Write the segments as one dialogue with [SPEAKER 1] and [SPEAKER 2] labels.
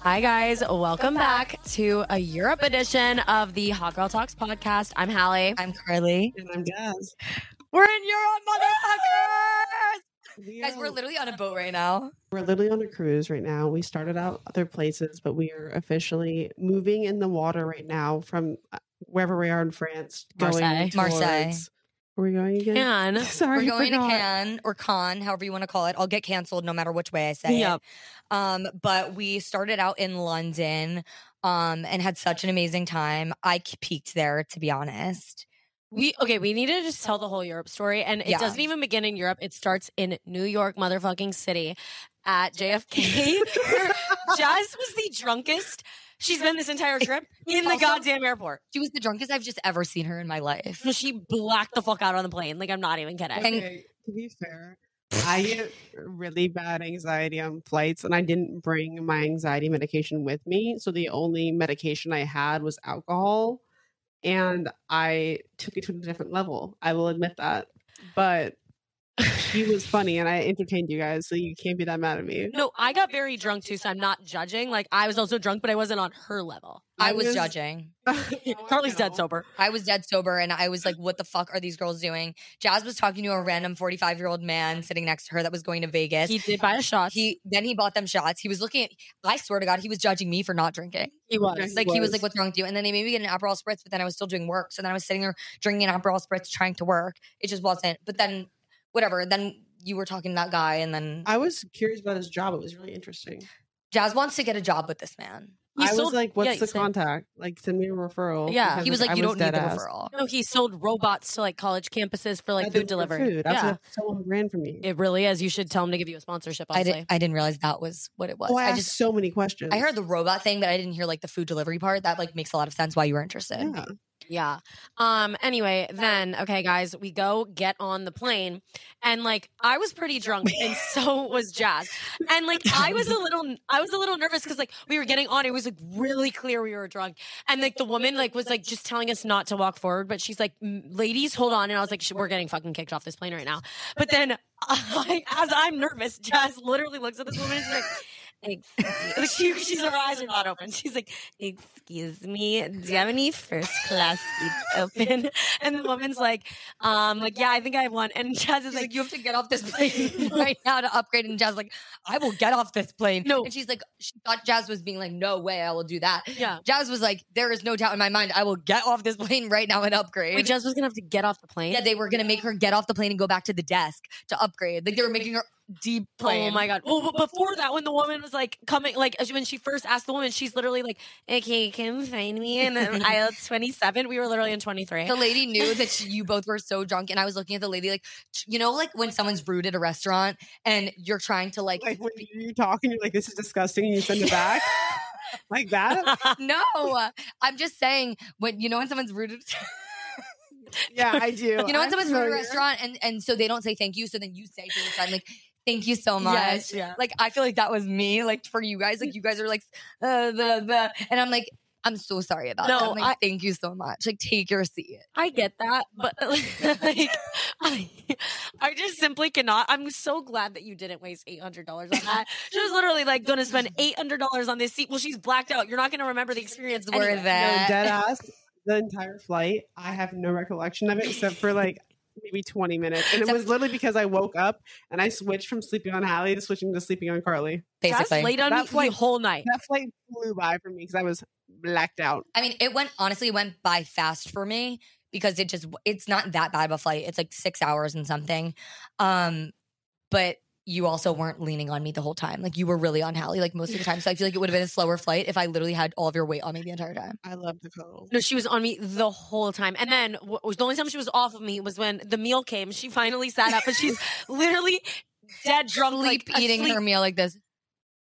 [SPEAKER 1] Hi, guys. Welcome back to a Europe edition of the Hot Girl Talks podcast. I'm Hallie.
[SPEAKER 2] I'm Carly.
[SPEAKER 3] And I'm Jazz.
[SPEAKER 1] We're in Europe, motherfuckers.
[SPEAKER 3] We
[SPEAKER 2] Guys,
[SPEAKER 3] are-
[SPEAKER 2] we're literally on a boat right now.
[SPEAKER 3] we're literally on a cruise right now. We started out other places, but we are officially moving in the water right now from uh, wherever we are in France.
[SPEAKER 1] Marseille.
[SPEAKER 3] Going
[SPEAKER 2] Marseille.
[SPEAKER 3] towards- Where are we going again?
[SPEAKER 1] And
[SPEAKER 3] Sorry,
[SPEAKER 2] We're
[SPEAKER 3] I
[SPEAKER 2] going to
[SPEAKER 3] forgot.
[SPEAKER 2] Cannes or Con, however you want to call it. I'll get canceled no matter which way I say
[SPEAKER 1] Yep.
[SPEAKER 2] it. Um, but we started out in London um, and had such an amazing time. I c- peaked there, to be honest.
[SPEAKER 1] we okay, we need to just tell the whole Europe story. And it
[SPEAKER 2] Yeah.
[SPEAKER 1] doesn't even begin in Europe. It starts in New York, motherfucking city at JFK. where Jazz was the drunkest she's been this entire trip in the
[SPEAKER 2] Also-
[SPEAKER 1] goddamn airport.
[SPEAKER 2] She was the drunkest I've just ever seen her in my life.
[SPEAKER 1] So she blacked the fuck out on the plane. Like I'm not even kidding.
[SPEAKER 2] And-
[SPEAKER 3] Okay, to be fair, I get really bad anxiety on flights, and I didn't bring my anxiety medication with me. So the only medication I had was alcohol, and I took it to a different level. I will admit that. But she was funny, and I entertained you guys, so you can't be that mad at me.
[SPEAKER 1] no, I got very drunk too, so I'm not judging. Like I was also drunk, but I wasn't on her level.
[SPEAKER 2] I was judging.
[SPEAKER 1] Carly's dead sober.
[SPEAKER 2] I was dead sober and I was like, what the fuck are these girls doing? Jazz was talking to a random 45 year old man sitting next to her that was going to Vegas.
[SPEAKER 1] He did buy a shot.
[SPEAKER 2] He then he bought them shots. He was looking at I swear to God, he was judging me for not drinking.
[SPEAKER 1] he
[SPEAKER 3] Yeah,
[SPEAKER 1] was.
[SPEAKER 3] he
[SPEAKER 2] Like he was like,
[SPEAKER 3] was.
[SPEAKER 2] What's wrong with you? And then they made me get an Aperol spritz, but then I was still doing work. So then I was sitting there drinking an Aperol spritz trying to work. It just wasn't. But then whatever. Then you were talking to that guy and then
[SPEAKER 3] I was curious about his job. It was really interesting.
[SPEAKER 2] Jazz wants to get a job with this man.
[SPEAKER 1] He
[SPEAKER 3] I
[SPEAKER 1] sold-
[SPEAKER 3] was like, "What's
[SPEAKER 1] yeah,
[SPEAKER 3] the
[SPEAKER 1] same.
[SPEAKER 3] contact? Like, send me a referral."
[SPEAKER 1] Yeah,
[SPEAKER 3] because,
[SPEAKER 2] He was like,
[SPEAKER 3] I
[SPEAKER 2] You don't need
[SPEAKER 3] dead
[SPEAKER 2] the
[SPEAKER 3] ass.
[SPEAKER 2] referral.
[SPEAKER 1] No, he sold robots to like college campuses for like
[SPEAKER 3] I
[SPEAKER 1] food
[SPEAKER 3] deliver
[SPEAKER 1] delivery.
[SPEAKER 3] Food. That's
[SPEAKER 1] Yeah.
[SPEAKER 3] what someone ran for me.
[SPEAKER 1] It really is. You should tell him to give you a sponsorship.
[SPEAKER 2] I
[SPEAKER 1] Honestly.
[SPEAKER 2] didn't I didn't realize that was what it was.
[SPEAKER 3] Oh, I,
[SPEAKER 2] I
[SPEAKER 3] asked
[SPEAKER 2] just
[SPEAKER 3] so many questions.
[SPEAKER 2] I heard the robot thing, but I didn't hear like the food delivery part. That like makes a lot of sense why you were interested.
[SPEAKER 3] Yeah.
[SPEAKER 1] Yeah. Um. Anyway, then okay, guys, we go get on the plane, and like I was pretty drunk, and so was Jazz, and like I was a little, I was a little nervous because like we were getting on, it was like really clear we were drunk, and like the woman like was like just telling us not to walk forward, but she's like, "M- ladies, hold on, and I was like, "Sh- we're getting fucking kicked off this plane right now, but then I, as I'm nervous, Jazz literally looks at this woman and she's like. Excuse like, she, she's her eyes are not open. She's like, "Excuse me, do you have any first class seats open?" And the woman's like, "Um, like yeah, I think I have one." And Jazz is
[SPEAKER 2] She's like,
[SPEAKER 1] like,
[SPEAKER 2] you have to get off this plane right now to upgrade. And Jazz like, I will get off this plane.
[SPEAKER 1] No.
[SPEAKER 2] and she's like, she thought Jazz was being like, no way, I will do that.
[SPEAKER 1] "Yeah."
[SPEAKER 2] Jazz was like, there is no doubt in my mind, I will get off this plane right now and upgrade.
[SPEAKER 1] Wait, Jazz was gonna have to get off the plane.
[SPEAKER 2] yeah, they were gonna make her get off the plane and go back to the desk to upgrade. Like they were making her deep plane.
[SPEAKER 1] Oh my god! Well, but before that, when the woman was like coming, like when she first asked the woman, she's literally like, "Okay, can you find me in um, aisle twenty-seven? We were literally in twenty-three.
[SPEAKER 2] The lady knew that she, you both were so drunk, and I was looking at the lady like, you know, like when someone's rude at a restaurant and you're trying to like,
[SPEAKER 3] Like when you talk and you're like, "This is disgusting," and you send it back like that.
[SPEAKER 2] no, I'm just saying when you know when someone's rude. at-
[SPEAKER 3] Yeah, I do.
[SPEAKER 2] you know, when
[SPEAKER 3] I'm
[SPEAKER 2] someone's in a
[SPEAKER 3] familiar.
[SPEAKER 2] restaurant and and so they don't say thank you, so then you say to the friend like, "Thank you
[SPEAKER 1] Oh
[SPEAKER 2] so much."
[SPEAKER 1] Yes, yeah.
[SPEAKER 2] Like I feel like that was me. Like for you guys, like you guys are like, uh, the the, and I'm like, I'm so sorry about
[SPEAKER 1] No,
[SPEAKER 2] that. I'm like, thank you so much. Like take your seat.
[SPEAKER 1] I get that, but like, I, I just simply cannot. I'm so glad that you didn't waste eight hundred dollars on that. She was literally like going to spend eight hundred dollars on this seat. Well, she's blacked out. You're not going to remember the experience.
[SPEAKER 2] It's
[SPEAKER 1] Anyway.
[SPEAKER 2] worth
[SPEAKER 3] No,
[SPEAKER 2] it.
[SPEAKER 3] dead ass. The entire flight, I have no recollection of it except for like maybe 20 minutes, and it
[SPEAKER 2] Except-
[SPEAKER 3] was literally because I woke up and I switched from sleeping on Hallie to switching to sleeping on Carly.
[SPEAKER 1] Just
[SPEAKER 2] Basically,
[SPEAKER 1] laid on me
[SPEAKER 3] That's like-
[SPEAKER 1] the whole night.
[SPEAKER 3] That flight flew by for me because I was blacked out.
[SPEAKER 2] I mean, it went honestly it went by fast for me because it just it's not that bad of a flight. It's like six hours and something. Um, but you also weren't leaning on me the whole time. Like you were really on Hallie like most of the time. So I feel like it would have been a slower flight if I literally had all of your weight on me the entire time.
[SPEAKER 3] I love the cuddle.
[SPEAKER 1] No, she was on me the whole time. And then wh- was the only time she was off of me was when the meal came. She finally sat up, and she's literally dead drunk,
[SPEAKER 2] Sleep
[SPEAKER 1] like,
[SPEAKER 2] eating
[SPEAKER 1] asleep.
[SPEAKER 2] her meal like this.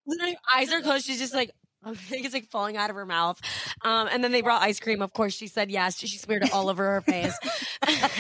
[SPEAKER 1] literally eyes are closed. She's just like, I think it's like falling out of her mouth. Um, and then they brought ice cream. Of course, she said yes. She smeared it all over her face.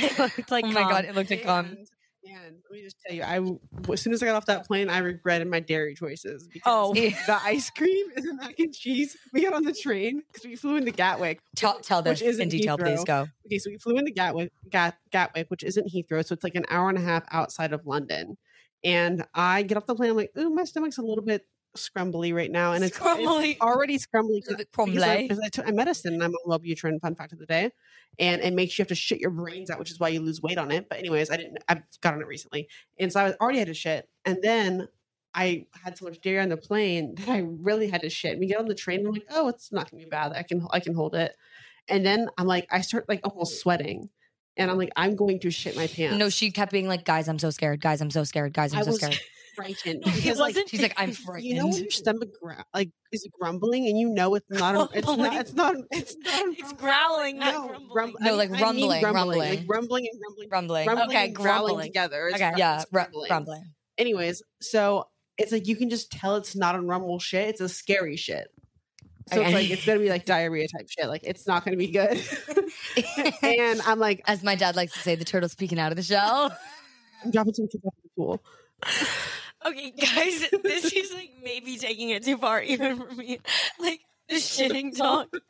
[SPEAKER 1] It looked like
[SPEAKER 2] oh my god,
[SPEAKER 1] cum.
[SPEAKER 2] it looked like um.
[SPEAKER 3] And, and let me just tell you, I w- as soon as I got off that plane, I regretted my dairy choices. Because
[SPEAKER 1] Oh.
[SPEAKER 3] the ice cream and the mac and cheese. We got on the train because we flew into Gatwick.
[SPEAKER 2] Tell, tell this
[SPEAKER 3] Which is
[SPEAKER 2] in
[SPEAKER 3] in
[SPEAKER 2] detail, please
[SPEAKER 3] Heathrow.
[SPEAKER 2] go.
[SPEAKER 3] Okay, so we flew into Gatwick, Gat, Gatwick, which isn't Heathrow, so it's like an hour and a half outside of London. And I get off the plane. I'm like, ooh, my stomach's a little bit scrumbly right now, and it's, it's
[SPEAKER 1] Scrumbly.
[SPEAKER 3] already scrumbly. 'cause- Because I,
[SPEAKER 2] Cromley.
[SPEAKER 3] because I took I medicine and I'm on Wellbutrin. Fun fact of the day, and it makes you have to shit your brains out, which is why you lose weight on it. But anyways, I didn't. I've gotten it recently, and so I was already had to shit, and then I had so much dairy on the plane that I really had to shit. We get on the train, and I'm like, oh, it's not gonna be bad. I can I can hold it, and then I'm like, I start like almost sweating, and I'm like, I'm going to shit my pants.
[SPEAKER 2] No, she kept being like, guys, I'm so scared. Guys, I'm so scared. Guys, I'm
[SPEAKER 3] I
[SPEAKER 2] so
[SPEAKER 3] was
[SPEAKER 2] scared.
[SPEAKER 3] frightened
[SPEAKER 1] It
[SPEAKER 3] because like
[SPEAKER 1] wasn't-
[SPEAKER 2] She's like, I'm frightened.
[SPEAKER 3] you know when your stomach gra- like is grumbling and you know it's not it's not
[SPEAKER 1] Grumbling.
[SPEAKER 3] it's not it's not
[SPEAKER 1] It's growling, not
[SPEAKER 3] no,
[SPEAKER 1] grumbling.
[SPEAKER 3] grum-
[SPEAKER 2] No, like rumbling,
[SPEAKER 3] like rumbling and grumbling,
[SPEAKER 2] rumbling.
[SPEAKER 3] rumbling
[SPEAKER 1] Okay,
[SPEAKER 3] and growling
[SPEAKER 1] grumbling.
[SPEAKER 3] together. It's
[SPEAKER 1] Okay.
[SPEAKER 3] not-
[SPEAKER 2] yeah,
[SPEAKER 3] it's
[SPEAKER 2] ru-
[SPEAKER 3] grumbling.
[SPEAKER 2] rumbling.
[SPEAKER 3] Anyways, so it's like you can just tell it's not on rumble shit. It's a scary shit. So it's
[SPEAKER 2] Okay.
[SPEAKER 3] like it's gonna be like diarrhea type shit. Like it's not gonna be good. and I'm like,
[SPEAKER 2] As my dad likes to say, the turtle's peeking out of the shell.
[SPEAKER 3] I'm dropping some kids off at the pool.
[SPEAKER 1] Okay, guys, this is like maybe taking it too far, even for me. Like the shitting talk.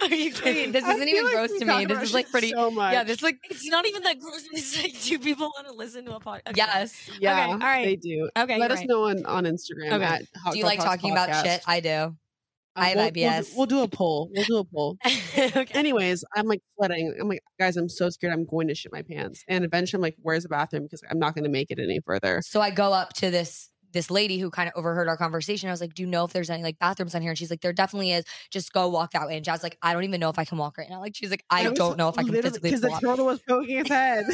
[SPEAKER 1] Are you kidding?
[SPEAKER 2] this
[SPEAKER 3] I
[SPEAKER 2] isn't
[SPEAKER 3] feel
[SPEAKER 2] even
[SPEAKER 3] like
[SPEAKER 2] gross
[SPEAKER 3] we
[SPEAKER 2] to
[SPEAKER 3] talk
[SPEAKER 2] me. This
[SPEAKER 3] about
[SPEAKER 2] is like
[SPEAKER 3] shit
[SPEAKER 2] pretty.
[SPEAKER 3] So much.
[SPEAKER 2] yeah, this is like
[SPEAKER 1] It's not even that gross. It's like, do people want to listen to a podcast?
[SPEAKER 2] yes.
[SPEAKER 3] yeah.
[SPEAKER 1] all right.
[SPEAKER 3] They do.
[SPEAKER 1] Okay.
[SPEAKER 3] Let
[SPEAKER 1] you're
[SPEAKER 3] us
[SPEAKER 1] right.
[SPEAKER 3] know on, on Instagram.
[SPEAKER 1] Okay.
[SPEAKER 3] At Hot
[SPEAKER 2] Do you
[SPEAKER 3] Girl
[SPEAKER 2] like
[SPEAKER 3] Talks
[SPEAKER 2] talking
[SPEAKER 3] Podcast.
[SPEAKER 2] about shit? I do.
[SPEAKER 3] Um,
[SPEAKER 2] I have
[SPEAKER 3] we'll-
[SPEAKER 2] IBS.
[SPEAKER 3] We'll do, we'll do a poll. We'll do a poll.
[SPEAKER 1] okay.
[SPEAKER 3] Anyways, I'm like sweating. I'm like, guys, I'm so scared. I'm going to shit my pants. And eventually, I'm like, where's the bathroom? Because I'm not going to make it any further.
[SPEAKER 2] So I go up to this this lady who kind of overheard our conversation. I was like, "Do you know if there's any like bathrooms on here?" And she's like, "There definitely is. Just go walk that way." And Jazz like, "I don't even know if I can walk right now." Like she's like, "I don't know if I can physically
[SPEAKER 3] because the
[SPEAKER 2] walk."
[SPEAKER 3] turtle was poking his head.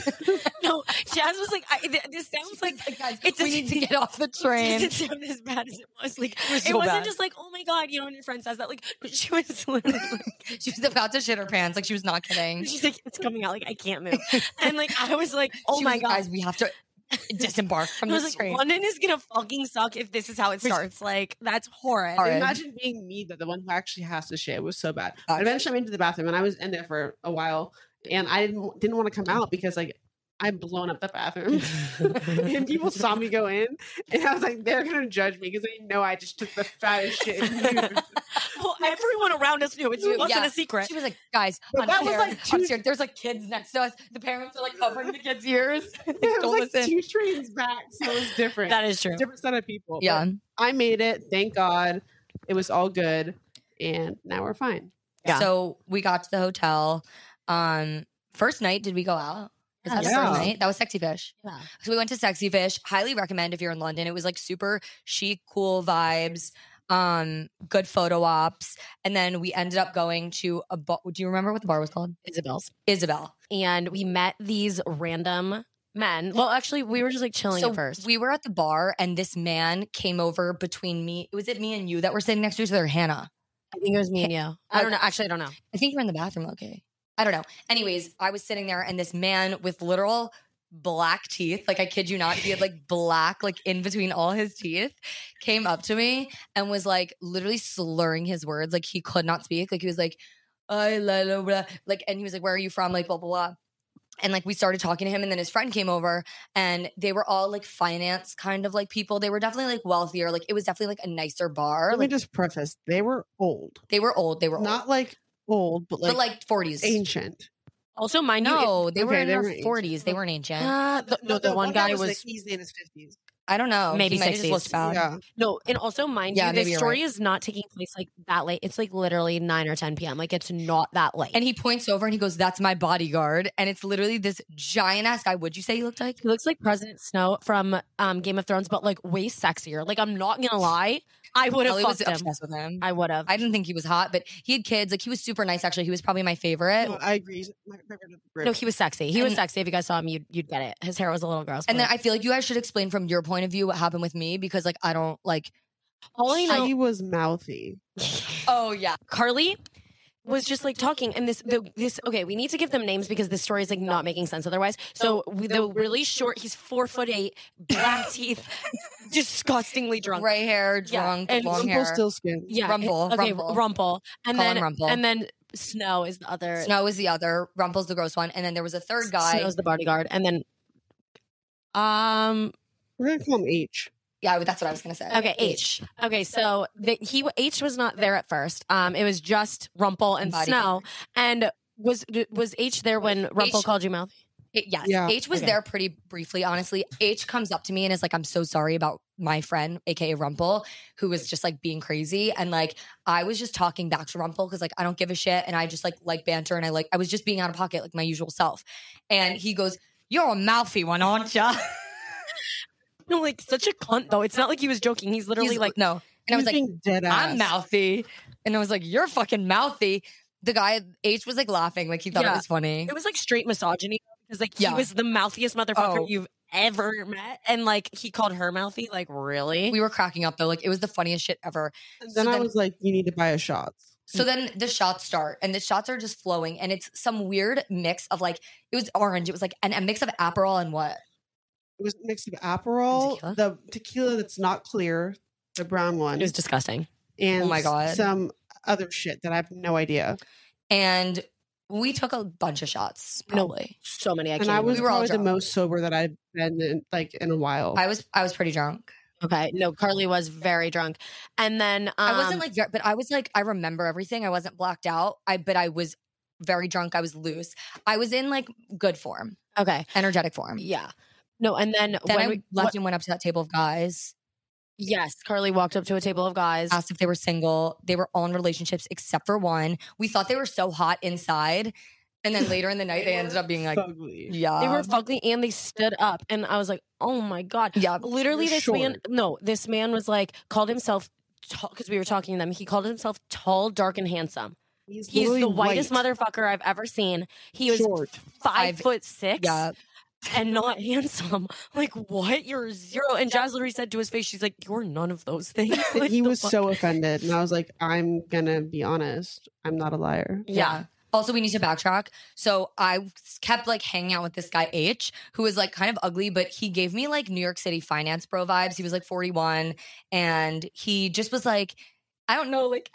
[SPEAKER 1] No, Jazz was like, I, th- this sounds like
[SPEAKER 2] guys,
[SPEAKER 1] it's
[SPEAKER 2] we
[SPEAKER 1] a-
[SPEAKER 2] need to get off the
[SPEAKER 1] it
[SPEAKER 2] train.
[SPEAKER 1] didn't sound as bad as it was. Like
[SPEAKER 2] We're
[SPEAKER 1] it
[SPEAKER 2] so
[SPEAKER 1] wasn't
[SPEAKER 2] bad.
[SPEAKER 1] just like, oh my god, you know, when your friend says that, like she was literally like,
[SPEAKER 2] she was about to shit her pants. Like she was not kidding.
[SPEAKER 1] she's like, it's coming out, like I can't move, and like I was like, oh
[SPEAKER 2] She
[SPEAKER 1] my
[SPEAKER 2] was like,
[SPEAKER 1] god,
[SPEAKER 2] guys, we have to disembark from
[SPEAKER 1] I was
[SPEAKER 2] this
[SPEAKER 1] like,
[SPEAKER 2] train.
[SPEAKER 1] London is gonna fucking suck if this is how it
[SPEAKER 2] We're-
[SPEAKER 1] starts. Like that's horrid.
[SPEAKER 2] Horrid.
[SPEAKER 3] Imagine being me, though, the one who actually has to shit. It was so bad.
[SPEAKER 2] Fuck.
[SPEAKER 3] Eventually, I went to the bathroom and I was in there for a while. And I didn't, didn't want to come out because, like, I've blown up the bathroom. and people saw me go in. And I was like, they're going to judge me because they know I just took the fattest shit. in years.
[SPEAKER 1] Well, everyone around us knew it
[SPEAKER 2] Dude,
[SPEAKER 1] wasn't
[SPEAKER 2] yeah.
[SPEAKER 1] a secret.
[SPEAKER 2] She was like, guys,
[SPEAKER 3] But
[SPEAKER 2] I'm
[SPEAKER 3] that was,
[SPEAKER 2] scared.
[SPEAKER 3] like,
[SPEAKER 2] I'm
[SPEAKER 3] two-
[SPEAKER 2] scared. There's like kids next to us. The parents are like covering the kids' ears. Like,
[SPEAKER 3] it
[SPEAKER 2] don't
[SPEAKER 3] was like
[SPEAKER 2] listen.
[SPEAKER 3] two trains back. So it was different.
[SPEAKER 1] That is true.
[SPEAKER 3] different set of people. but
[SPEAKER 2] yeah.
[SPEAKER 3] I made it. Thank God. It was all good. And now we're fine. Yeah.
[SPEAKER 2] So we got to the hotel. Um, first night, did we go out? Is that the
[SPEAKER 3] Yeah.
[SPEAKER 2] first night? That was Sexy Fish.
[SPEAKER 1] Yeah.
[SPEAKER 2] So we went to Sexy Fish. Highly recommend if you're in London. It was like super chic, cool vibes, um, good photo ops. And then we ended up going to a bar. Do you remember what the bar was called?
[SPEAKER 1] Isabel's.
[SPEAKER 2] Isabel.
[SPEAKER 1] And we met these random men. Well, actually, we were just like chilling
[SPEAKER 2] so
[SPEAKER 1] at first.
[SPEAKER 2] we were at the bar and this man came over between me. Was it me and you that were sitting next to each other? Hannah.
[SPEAKER 1] I think it was me and you. I don't know. Actually, I don't know.
[SPEAKER 2] I think you're in the bathroom. Okay. I don't know. Anyways, I was sitting there and this man with literal black teeth, like I kid you not, he had like black, like in between all his teeth, came up to me and was like literally slurring his words. Like he could not speak. Like he was like, I la la blah. Like, and he was like, Where are you from? Like, blah, blah, blah. And like we started talking to him, and then his friend came over, and they were all like finance kind of like people. They were definitely like wealthier. Like it was definitely like a nicer bar.
[SPEAKER 3] Let me
[SPEAKER 2] Like
[SPEAKER 3] just preface they were old.
[SPEAKER 2] they were old. They were old,
[SPEAKER 3] Not like old, but like,
[SPEAKER 2] but like forties.
[SPEAKER 3] ancient.
[SPEAKER 1] Also, mind you,
[SPEAKER 2] No, they were
[SPEAKER 3] okay,
[SPEAKER 2] in
[SPEAKER 3] they
[SPEAKER 2] their
[SPEAKER 3] were ancient.
[SPEAKER 2] 40s. They weren't ancient.
[SPEAKER 1] uh, the, no, the, one, guy was,
[SPEAKER 3] easily in his 50s.
[SPEAKER 2] I don't know.
[SPEAKER 1] maybe
[SPEAKER 2] he might have just
[SPEAKER 1] 60s.
[SPEAKER 2] looked bad.
[SPEAKER 3] yeah.
[SPEAKER 1] no, and also mind
[SPEAKER 2] Yeah,
[SPEAKER 1] you, this
[SPEAKER 2] maybe you're
[SPEAKER 1] story is not taking place like that late. It's like literally nine or ten p.m. Like it's not that late.
[SPEAKER 2] And he points over and he goes, "That's my bodyguard." And it's literally this giant ass guy. Would you say he looked like?
[SPEAKER 1] He looks like President Snow from um, Game of Thrones, but like way sexier. Like I'm not gonna lie, I would have
[SPEAKER 2] Ellie was
[SPEAKER 1] fucked him.
[SPEAKER 2] obsessed with him.
[SPEAKER 1] I would have.
[SPEAKER 2] I didn't think he was hot, but he had kids. Like he was super nice. Actually, he was probably my favorite.
[SPEAKER 3] No, I agree. My favorite of the group.
[SPEAKER 1] No, he was sexy. He was
[SPEAKER 2] And-
[SPEAKER 1] sexy. If you guys saw him, you'd you'd get it. His hair was a little gross.
[SPEAKER 2] And
[SPEAKER 1] but-
[SPEAKER 2] then I feel like you guys should explain from your point of view what happened with me because like I don't like.
[SPEAKER 1] all I know,
[SPEAKER 3] She was mouthy.
[SPEAKER 2] Oh yeah,
[SPEAKER 1] Carly was just like talking, and this the this okay. We need to give them names because this story is like not making sense otherwise. So we, the really short, he's four foot eight, black teeth, disgustingly drunk.
[SPEAKER 2] gray hair,
[SPEAKER 1] Yeah,
[SPEAKER 2] drunk,
[SPEAKER 1] and
[SPEAKER 2] long
[SPEAKER 3] Rumpel
[SPEAKER 2] hair.
[SPEAKER 3] still skin.
[SPEAKER 1] Yeah,
[SPEAKER 2] Rumple,
[SPEAKER 1] Okay,
[SPEAKER 2] Rumple.
[SPEAKER 1] Rumple, and
[SPEAKER 2] Call him
[SPEAKER 1] then
[SPEAKER 2] Rumple.
[SPEAKER 1] and then Snow is the other.
[SPEAKER 2] Snow is the other. Rumple's the gross one, and then there was a third guy.
[SPEAKER 1] Snow's the bodyguard, and then um
[SPEAKER 3] We're going to call him H.
[SPEAKER 2] yeah, that's what I was gonna say.
[SPEAKER 1] okay H. Okay, so the, he H was not there at first. Um, it was just Rumple and
[SPEAKER 2] Body
[SPEAKER 1] Snow, and was was H there when Rumple
[SPEAKER 2] H-
[SPEAKER 1] called you mouthy?
[SPEAKER 2] It- yes.
[SPEAKER 3] Yeah.
[SPEAKER 2] H was
[SPEAKER 3] Okay.
[SPEAKER 2] there pretty briefly, honestly. H comes up to me and is like, I'm so sorry about my friend, aka Rumple, who was just like being crazy. And like I was just talking back to Rumple because like I don't give a shit. And I just like like banter and I like I was just being out of pocket, like my usual self. And he goes, You're a mouthy one, aren't ya?
[SPEAKER 1] No, like such a cunt though. It's not like he was joking. He's literally
[SPEAKER 2] He's-
[SPEAKER 1] like,
[SPEAKER 2] no. And I was like,
[SPEAKER 3] dead
[SPEAKER 2] I'm mouthy. And I was like, You're fucking mouthy. The guy H was like laughing, like he thought
[SPEAKER 1] Yeah.
[SPEAKER 2] it was funny.
[SPEAKER 1] it was like straight misogyny because like
[SPEAKER 2] Yeah.
[SPEAKER 1] he was the mouthiest motherfucker
[SPEAKER 2] Oh.
[SPEAKER 1] you've ever met, and like he called her mouthy. Like really?
[SPEAKER 2] we were cracking up though. Like it was the funniest shit ever.
[SPEAKER 3] And
[SPEAKER 2] So
[SPEAKER 3] then, I
[SPEAKER 2] then-
[SPEAKER 3] was like, you need to buy a shot.
[SPEAKER 2] So
[SPEAKER 1] Mm.
[SPEAKER 2] then the shots start, and the shots are just flowing, and it's some weird mix of like it was orange. It was like an, a mix of Aperol and what?
[SPEAKER 3] It was mixed with Aperol,
[SPEAKER 2] Tequila?
[SPEAKER 3] the tequila that's not clear, the brown one,
[SPEAKER 1] it was disgusting.
[SPEAKER 3] and
[SPEAKER 2] Oh my God.
[SPEAKER 3] some other shit that I have no idea.
[SPEAKER 2] And we took a bunch of shots.
[SPEAKER 1] No.
[SPEAKER 2] Probably.
[SPEAKER 1] So many. I can't.
[SPEAKER 3] and I
[SPEAKER 1] even-
[SPEAKER 3] was
[SPEAKER 2] We were all
[SPEAKER 3] probably the
[SPEAKER 2] drunk.
[SPEAKER 3] most sober that I've been in, like in a while.
[SPEAKER 2] I was I was pretty drunk.
[SPEAKER 1] okay. No, Carly was very drunk, and then um,
[SPEAKER 2] I wasn't like, ver- but I was like, I remember everything. I wasn't blacked out. I but I was very drunk. I was loose. I was in like good form,
[SPEAKER 1] okay,
[SPEAKER 2] energetic form.
[SPEAKER 1] yeah. No, and then,
[SPEAKER 2] Then
[SPEAKER 1] when
[SPEAKER 2] I
[SPEAKER 1] we
[SPEAKER 2] left
[SPEAKER 1] what-
[SPEAKER 2] and went up to that table of guys.
[SPEAKER 1] yes, Carly walked up to a table of guys.
[SPEAKER 2] Asked if they were single. They were all in relationships except for one. We thought they were so hot inside, and then later in the night they ended up being like, mm,
[SPEAKER 3] Fugly.
[SPEAKER 2] yeah,
[SPEAKER 1] they were fucking and they stood up, and I was like, oh my god.
[SPEAKER 2] Yeah.
[SPEAKER 1] literally
[SPEAKER 3] You're
[SPEAKER 1] this man
[SPEAKER 3] short.
[SPEAKER 1] no this man was like called himself because we were talking to them he called himself tall dark and handsome he's the
[SPEAKER 3] literally
[SPEAKER 1] whitest
[SPEAKER 3] white,
[SPEAKER 1] motherfucker i've ever seen he was
[SPEAKER 3] short.
[SPEAKER 1] five
[SPEAKER 2] I've-
[SPEAKER 1] foot six
[SPEAKER 2] Yeah.
[SPEAKER 1] and not handsome like what you're zero and jazz literally said to his face she's like you're none of those things
[SPEAKER 3] And
[SPEAKER 1] Like,
[SPEAKER 3] he
[SPEAKER 1] the
[SPEAKER 3] was
[SPEAKER 1] fuck?
[SPEAKER 3] so offended, and I was like, "I'm gonna be honest. I'm not a liar."
[SPEAKER 1] yeah
[SPEAKER 2] Also, we need to backtrack. So I kept like hanging out with this guy H, who was like kind of ugly, but he gave me like New York City finance bro vibes. He was like 41, and he just was like, I don't know, like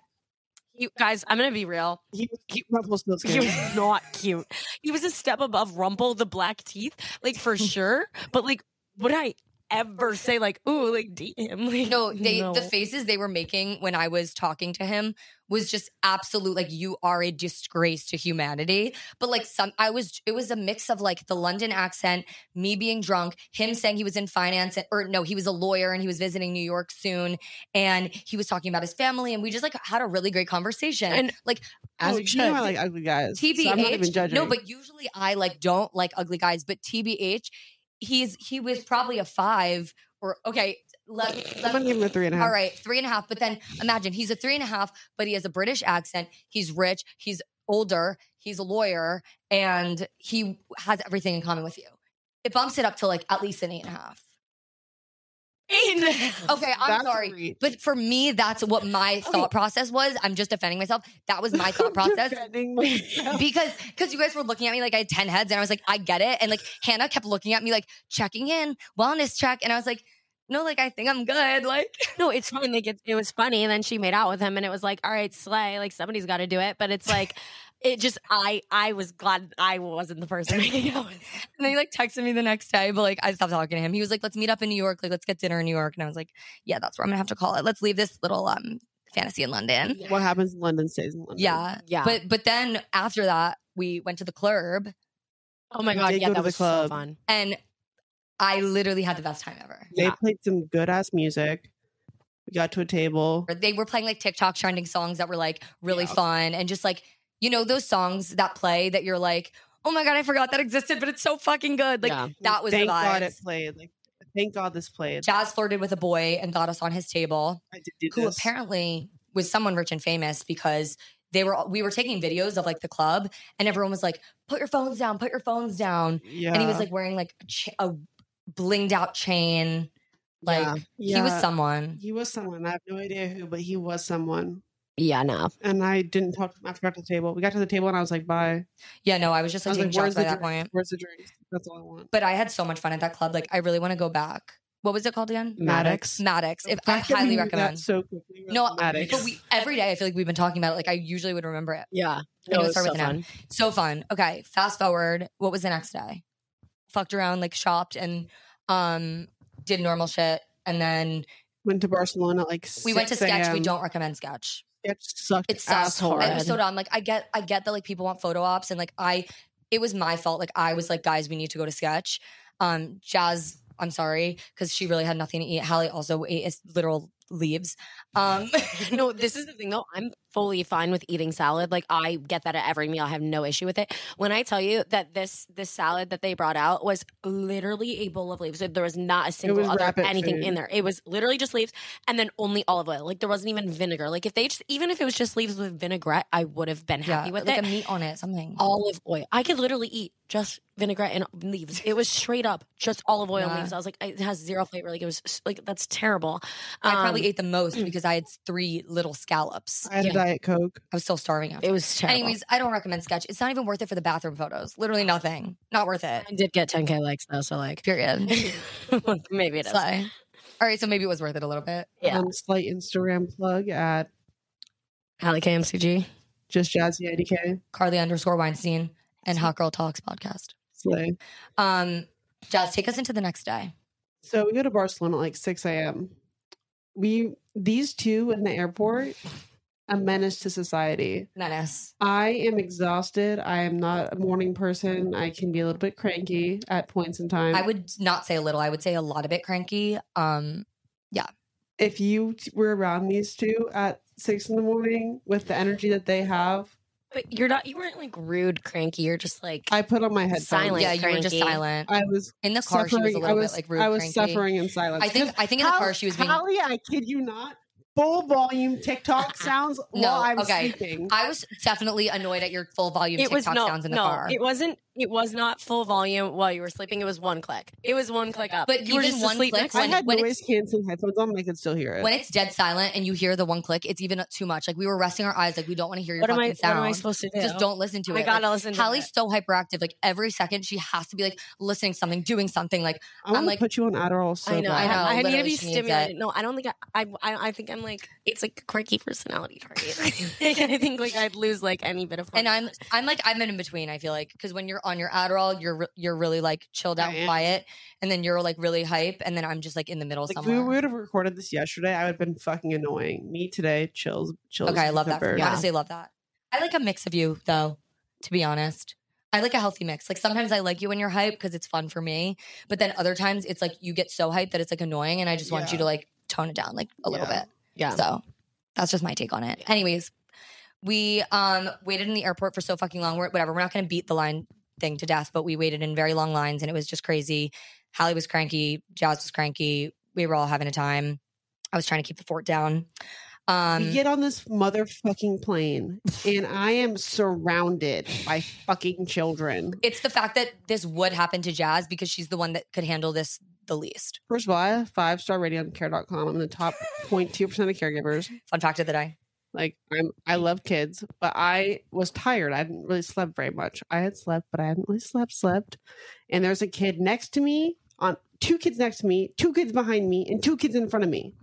[SPEAKER 1] you guys i'm gonna be real
[SPEAKER 3] He was
[SPEAKER 1] He-
[SPEAKER 3] Rumpelstiltskin.
[SPEAKER 1] he was not cute he was a step above rumple the black teeth like for sure but like would i ever say like ooh like damn like
[SPEAKER 2] no, they
[SPEAKER 1] no.
[SPEAKER 2] the faces they were making when I was talking to him was just absolute like you are a disgrace to humanity. But like some I was it was a mix of like the London accent, me being drunk, him saying he was in finance and, or no, he was a lawyer and he was visiting New York soon and he was talking about his family and we just like had a really great conversation.
[SPEAKER 1] And-
[SPEAKER 2] like
[SPEAKER 3] As
[SPEAKER 2] as
[SPEAKER 3] you know, I like ugly guys.
[SPEAKER 2] TBH.
[SPEAKER 3] so I'm not even judging.
[SPEAKER 2] No, but usually I like don't like ugly guys, but TBH, he's he was probably a five or okay. Let,
[SPEAKER 3] I'm gonna
[SPEAKER 2] let,
[SPEAKER 3] give him a three and a half.
[SPEAKER 2] all right, three and a half. But then imagine he's a three and a half, but he has a British accent. He's rich. He's older. He's a lawyer, and he has everything in common with you. It bumps it up to like at least an eight and a half.
[SPEAKER 1] Eight and a half.
[SPEAKER 2] Okay, I'm
[SPEAKER 3] That's a
[SPEAKER 2] sorry.
[SPEAKER 3] reach.
[SPEAKER 2] But for me, that's what my thought process was. I'm just defending myself. That was my thought process
[SPEAKER 3] Defending myself.
[SPEAKER 2] because because you guys were looking at me like I had 10 heads and I was like, I get it. And like Hannah kept looking at me like checking in, wellness check. And I was like, no, like I think I'm good. Like
[SPEAKER 1] No, it's fine. Like it, it was funny, and then she made out with him, and it was like, all right, slay. Like somebody's got to do it, but it's like, it just I I was glad I wasn't the person making out. With.
[SPEAKER 2] and then he like texted me the next day, but like I stopped talking to him. He was like, let's meet up in New York, like let's get dinner in New York. And I was like, Yeah, that's where I'm gonna have to call it. Let's leave this little um fantasy in London.
[SPEAKER 3] What happens in London stays in London.
[SPEAKER 2] Yeah.
[SPEAKER 1] Yeah.
[SPEAKER 2] But but then after that, we went to the club
[SPEAKER 1] oh my
[SPEAKER 3] We
[SPEAKER 1] god,
[SPEAKER 3] did
[SPEAKER 1] yeah,
[SPEAKER 3] go to
[SPEAKER 1] that
[SPEAKER 3] the
[SPEAKER 1] was
[SPEAKER 3] club.
[SPEAKER 1] so fun.
[SPEAKER 2] and I literally had the best time ever.
[SPEAKER 3] They
[SPEAKER 1] Yeah.
[SPEAKER 3] played some good ass music. We got to a table.
[SPEAKER 2] or they were playing like TikTok trending songs that were like really
[SPEAKER 3] Yeah.
[SPEAKER 2] fun and just like you know those songs that play that you're like, oh my god, I forgot that existed, but it's so fucking good. Like
[SPEAKER 1] yeah.
[SPEAKER 2] that was
[SPEAKER 3] thank
[SPEAKER 2] the
[SPEAKER 3] God
[SPEAKER 2] vibe.
[SPEAKER 3] it played. Like thank God this played.
[SPEAKER 2] Jazz flirted with a boy and got us on his table,
[SPEAKER 3] I did do
[SPEAKER 2] who
[SPEAKER 3] this.
[SPEAKER 2] apparently was someone rich and famous because they were we were taking videos of like the club and everyone was like, put your phones down, put your phones down,
[SPEAKER 3] yeah.
[SPEAKER 2] and he was like wearing like a, cha- a blinged out chain, like
[SPEAKER 3] yeah.
[SPEAKER 2] he was
[SPEAKER 3] Yeah.
[SPEAKER 2] someone.
[SPEAKER 3] He was someone. I have no idea who, but he was someone.
[SPEAKER 1] Yeah. No.
[SPEAKER 3] And I didn't talk to him after we got to the table. We got to the table and I was like, bye.
[SPEAKER 2] Yeah, no, I was just
[SPEAKER 3] I
[SPEAKER 2] like
[SPEAKER 3] was
[SPEAKER 2] taking
[SPEAKER 3] like,
[SPEAKER 2] shots
[SPEAKER 3] where's
[SPEAKER 2] by
[SPEAKER 3] the
[SPEAKER 2] that
[SPEAKER 3] drinks?
[SPEAKER 2] point.
[SPEAKER 3] Where's the drinks? That's all I want.
[SPEAKER 2] but I had so much fun at that club. Like, I really want to go back. What was it called again?
[SPEAKER 3] Maddox.
[SPEAKER 2] Maddox. If
[SPEAKER 3] The
[SPEAKER 2] I
[SPEAKER 3] fact that we
[SPEAKER 2] highly
[SPEAKER 3] knew that
[SPEAKER 2] recommend.
[SPEAKER 3] So quickly. was
[SPEAKER 2] No,
[SPEAKER 3] dramatic.
[SPEAKER 2] but we every day I feel like we've been talking about it. Like I usually would remember it.
[SPEAKER 1] Yeah.
[SPEAKER 2] I
[SPEAKER 1] No,
[SPEAKER 2] know,
[SPEAKER 1] it
[SPEAKER 2] it
[SPEAKER 1] was
[SPEAKER 2] started
[SPEAKER 1] so
[SPEAKER 2] with an
[SPEAKER 1] fun.
[SPEAKER 2] So fun. Okay, fast forward. What was the next day? Fucked around, like shopped and um did normal shit. And then
[SPEAKER 3] went to Barcelona at like
[SPEAKER 2] we went to
[SPEAKER 3] 6
[SPEAKER 2] Sketch. We
[SPEAKER 3] a.m..
[SPEAKER 2] don't recommend Sketch.
[SPEAKER 3] Sketch sucked.
[SPEAKER 2] It sucks.
[SPEAKER 3] asshole.
[SPEAKER 1] Horrid.
[SPEAKER 2] And so dumb. Like I get, I get that like people want photo ops, and like I it was my fault. Like I was like, guys, we need to go to sketch. Um, Jazz, I'm sorry, because she really had nothing to eat. Hallie also ate as literal leaves. Um,
[SPEAKER 1] no, this is the thing though. I'm fully fine with eating salad. Like I get that at every meal. I have no issue with it. When I tell you that this this salad that they brought out was literally a bowl of leaves. There was not a single
[SPEAKER 3] was
[SPEAKER 1] other
[SPEAKER 3] rabbit
[SPEAKER 1] anything
[SPEAKER 3] food.
[SPEAKER 1] in there. It was literally just leaves and then only olive oil. Like there wasn't even vinegar. Like if they just even if it was just leaves with vinaigrette, I would have been happy
[SPEAKER 2] yeah,
[SPEAKER 1] with
[SPEAKER 2] like
[SPEAKER 1] it.
[SPEAKER 2] a meat on it, something.
[SPEAKER 1] olive oil. I could literally eat just vinaigrette and leaves. It was straight up just olive oil and
[SPEAKER 2] Yeah.
[SPEAKER 1] leaves. I was like, it has zero flavor. Like it was like that's terrible.
[SPEAKER 2] I probably
[SPEAKER 1] Um,
[SPEAKER 2] ate the most because I had three little scallops.
[SPEAKER 3] I had
[SPEAKER 1] Yeah.
[SPEAKER 3] a diet coke.
[SPEAKER 2] I was still starving after.
[SPEAKER 1] it was terrible.
[SPEAKER 2] Anyways, I don't recommend Sketch. It's not even worth it for the bathroom photos. Literally nothing. Not worth it.
[SPEAKER 1] I did get 10k likes though, so like
[SPEAKER 2] Period.
[SPEAKER 1] maybe it is.
[SPEAKER 2] Slay. All right, so maybe it was worth it a little bit.
[SPEAKER 1] Yeah.
[SPEAKER 3] Um, slight Instagram plug at
[SPEAKER 1] Hallie KMCG.
[SPEAKER 3] just jazzy IDK.
[SPEAKER 2] Carly underscore Weinstein and Hot Girl Talks podcast.
[SPEAKER 3] Slay.
[SPEAKER 2] Um, Jazz, take us into the next day.
[SPEAKER 3] So we go to Barcelona at like 6 a.m. We these two in the airport, a menace to society.
[SPEAKER 2] Menace.
[SPEAKER 3] I am exhausted. I am not a morning person. I can be a little bit cranky at points in time.
[SPEAKER 2] I would not say a little. I would say a lot of it cranky. Um,
[SPEAKER 3] if you t- were around these two at six in the morning with the energy that they have,
[SPEAKER 1] But you're not you weren't like rude, cranky. You're just like
[SPEAKER 3] I put on my headphones.
[SPEAKER 1] Silent. Like
[SPEAKER 2] yeah, you were just
[SPEAKER 1] cranky.
[SPEAKER 2] silent
[SPEAKER 3] I was
[SPEAKER 2] in the car.
[SPEAKER 3] suffering.
[SPEAKER 2] She was a
[SPEAKER 3] I
[SPEAKER 2] little
[SPEAKER 3] was,
[SPEAKER 2] bit like rude.
[SPEAKER 3] I was
[SPEAKER 2] cranky.
[SPEAKER 3] suffering in silence.
[SPEAKER 2] I think. I think in the car she was being.
[SPEAKER 3] Holly, I kid you not. Full volume TikTok sounds
[SPEAKER 2] No,
[SPEAKER 3] while I'm
[SPEAKER 2] okay.
[SPEAKER 3] sleeping.
[SPEAKER 2] I was definitely annoyed at your full volume
[SPEAKER 1] it was
[SPEAKER 2] TikTok
[SPEAKER 1] no,
[SPEAKER 2] sounds in the
[SPEAKER 1] no,
[SPEAKER 2] car.
[SPEAKER 1] it wasn't. It was not full volume while you were sleeping. It was one click. It was one click up.
[SPEAKER 2] But
[SPEAKER 1] you were
[SPEAKER 2] even
[SPEAKER 1] just
[SPEAKER 2] one
[SPEAKER 1] asleep
[SPEAKER 2] click
[SPEAKER 1] next to
[SPEAKER 3] I
[SPEAKER 2] when-
[SPEAKER 1] me.
[SPEAKER 3] had
[SPEAKER 2] when it's-
[SPEAKER 3] noise canceling headphones on, and I could still hear it.
[SPEAKER 2] when it's dead silent and you hear the one click, it's even too much. Like we were resting our eyes, like we don't want to hear your
[SPEAKER 1] What am
[SPEAKER 2] fucking
[SPEAKER 1] I?
[SPEAKER 2] sound.
[SPEAKER 1] What am I supposed to do?
[SPEAKER 2] Just don't listen to
[SPEAKER 1] I
[SPEAKER 2] it.
[SPEAKER 1] gotta
[SPEAKER 2] Like,
[SPEAKER 1] listen. to
[SPEAKER 2] Hallie's
[SPEAKER 1] it.
[SPEAKER 2] so hyperactive. Like every second, she has to be like listening to something, doing something. Like
[SPEAKER 3] I want to
[SPEAKER 2] like-
[SPEAKER 3] put you on Adderall. So
[SPEAKER 1] I know.
[SPEAKER 3] bad.
[SPEAKER 1] I,
[SPEAKER 2] I know,
[SPEAKER 1] I need to
[SPEAKER 2] literally,
[SPEAKER 1] be
[SPEAKER 2] she needs
[SPEAKER 1] stimulated. No, I don't think I, I. I. I think I'm like. It's like a quirky personality target. like, I think like I'd lose like any bit of.
[SPEAKER 2] and
[SPEAKER 1] fun.
[SPEAKER 2] I'm I'm like I'm in between. I feel like because when you're on your Adderall, you're re- you're really like chilled out,
[SPEAKER 3] I
[SPEAKER 2] and
[SPEAKER 3] am.
[SPEAKER 2] quiet, and then you're like really hype, and then I'm just like in the middle
[SPEAKER 3] Like, if we
[SPEAKER 2] somewhere.
[SPEAKER 3] would have recorded this yesterday, I would have been fucking annoying. Me today, chills, chills.
[SPEAKER 2] okay, I love that. For you.
[SPEAKER 3] peppered.
[SPEAKER 1] Yeah.
[SPEAKER 2] Honestly, love that. I like a mix of you though. To be honest, I like a healthy mix. Like sometimes I like you when you're hype because it's fun for me, but then other times it's like you get so hype that it's like annoying, and I just want you
[SPEAKER 3] Yeah.
[SPEAKER 2] to like tone it down like a little
[SPEAKER 3] Yeah.
[SPEAKER 2] bit.
[SPEAKER 1] yeah.
[SPEAKER 2] So that's just my take on it. Anyways, we um waited in the airport for so fucking long. We're, whatever. We're not going to beat the line thing to death, but we waited in very long lines and it was just crazy. Hallie was cranky. Jazz was cranky. We were all having a time. I was trying to keep the fort down.
[SPEAKER 3] we
[SPEAKER 2] Um,
[SPEAKER 3] get on this motherfucking plane, and I am surrounded by fucking children.
[SPEAKER 2] it's the fact that this would happen to Jazz because she's the one that could handle this the least.
[SPEAKER 3] First of all, I have a five star rating on care.com. I'm in the top 0.2% of caregivers.
[SPEAKER 2] Fun fact of the day.
[SPEAKER 3] Like I'm I love kids, but I was tired. I hadn't really slept very much. I had slept, but I hadn't really slept, slept. And there's a kid next to me, on two kids next to me, two kids behind me, and two kids in front of me.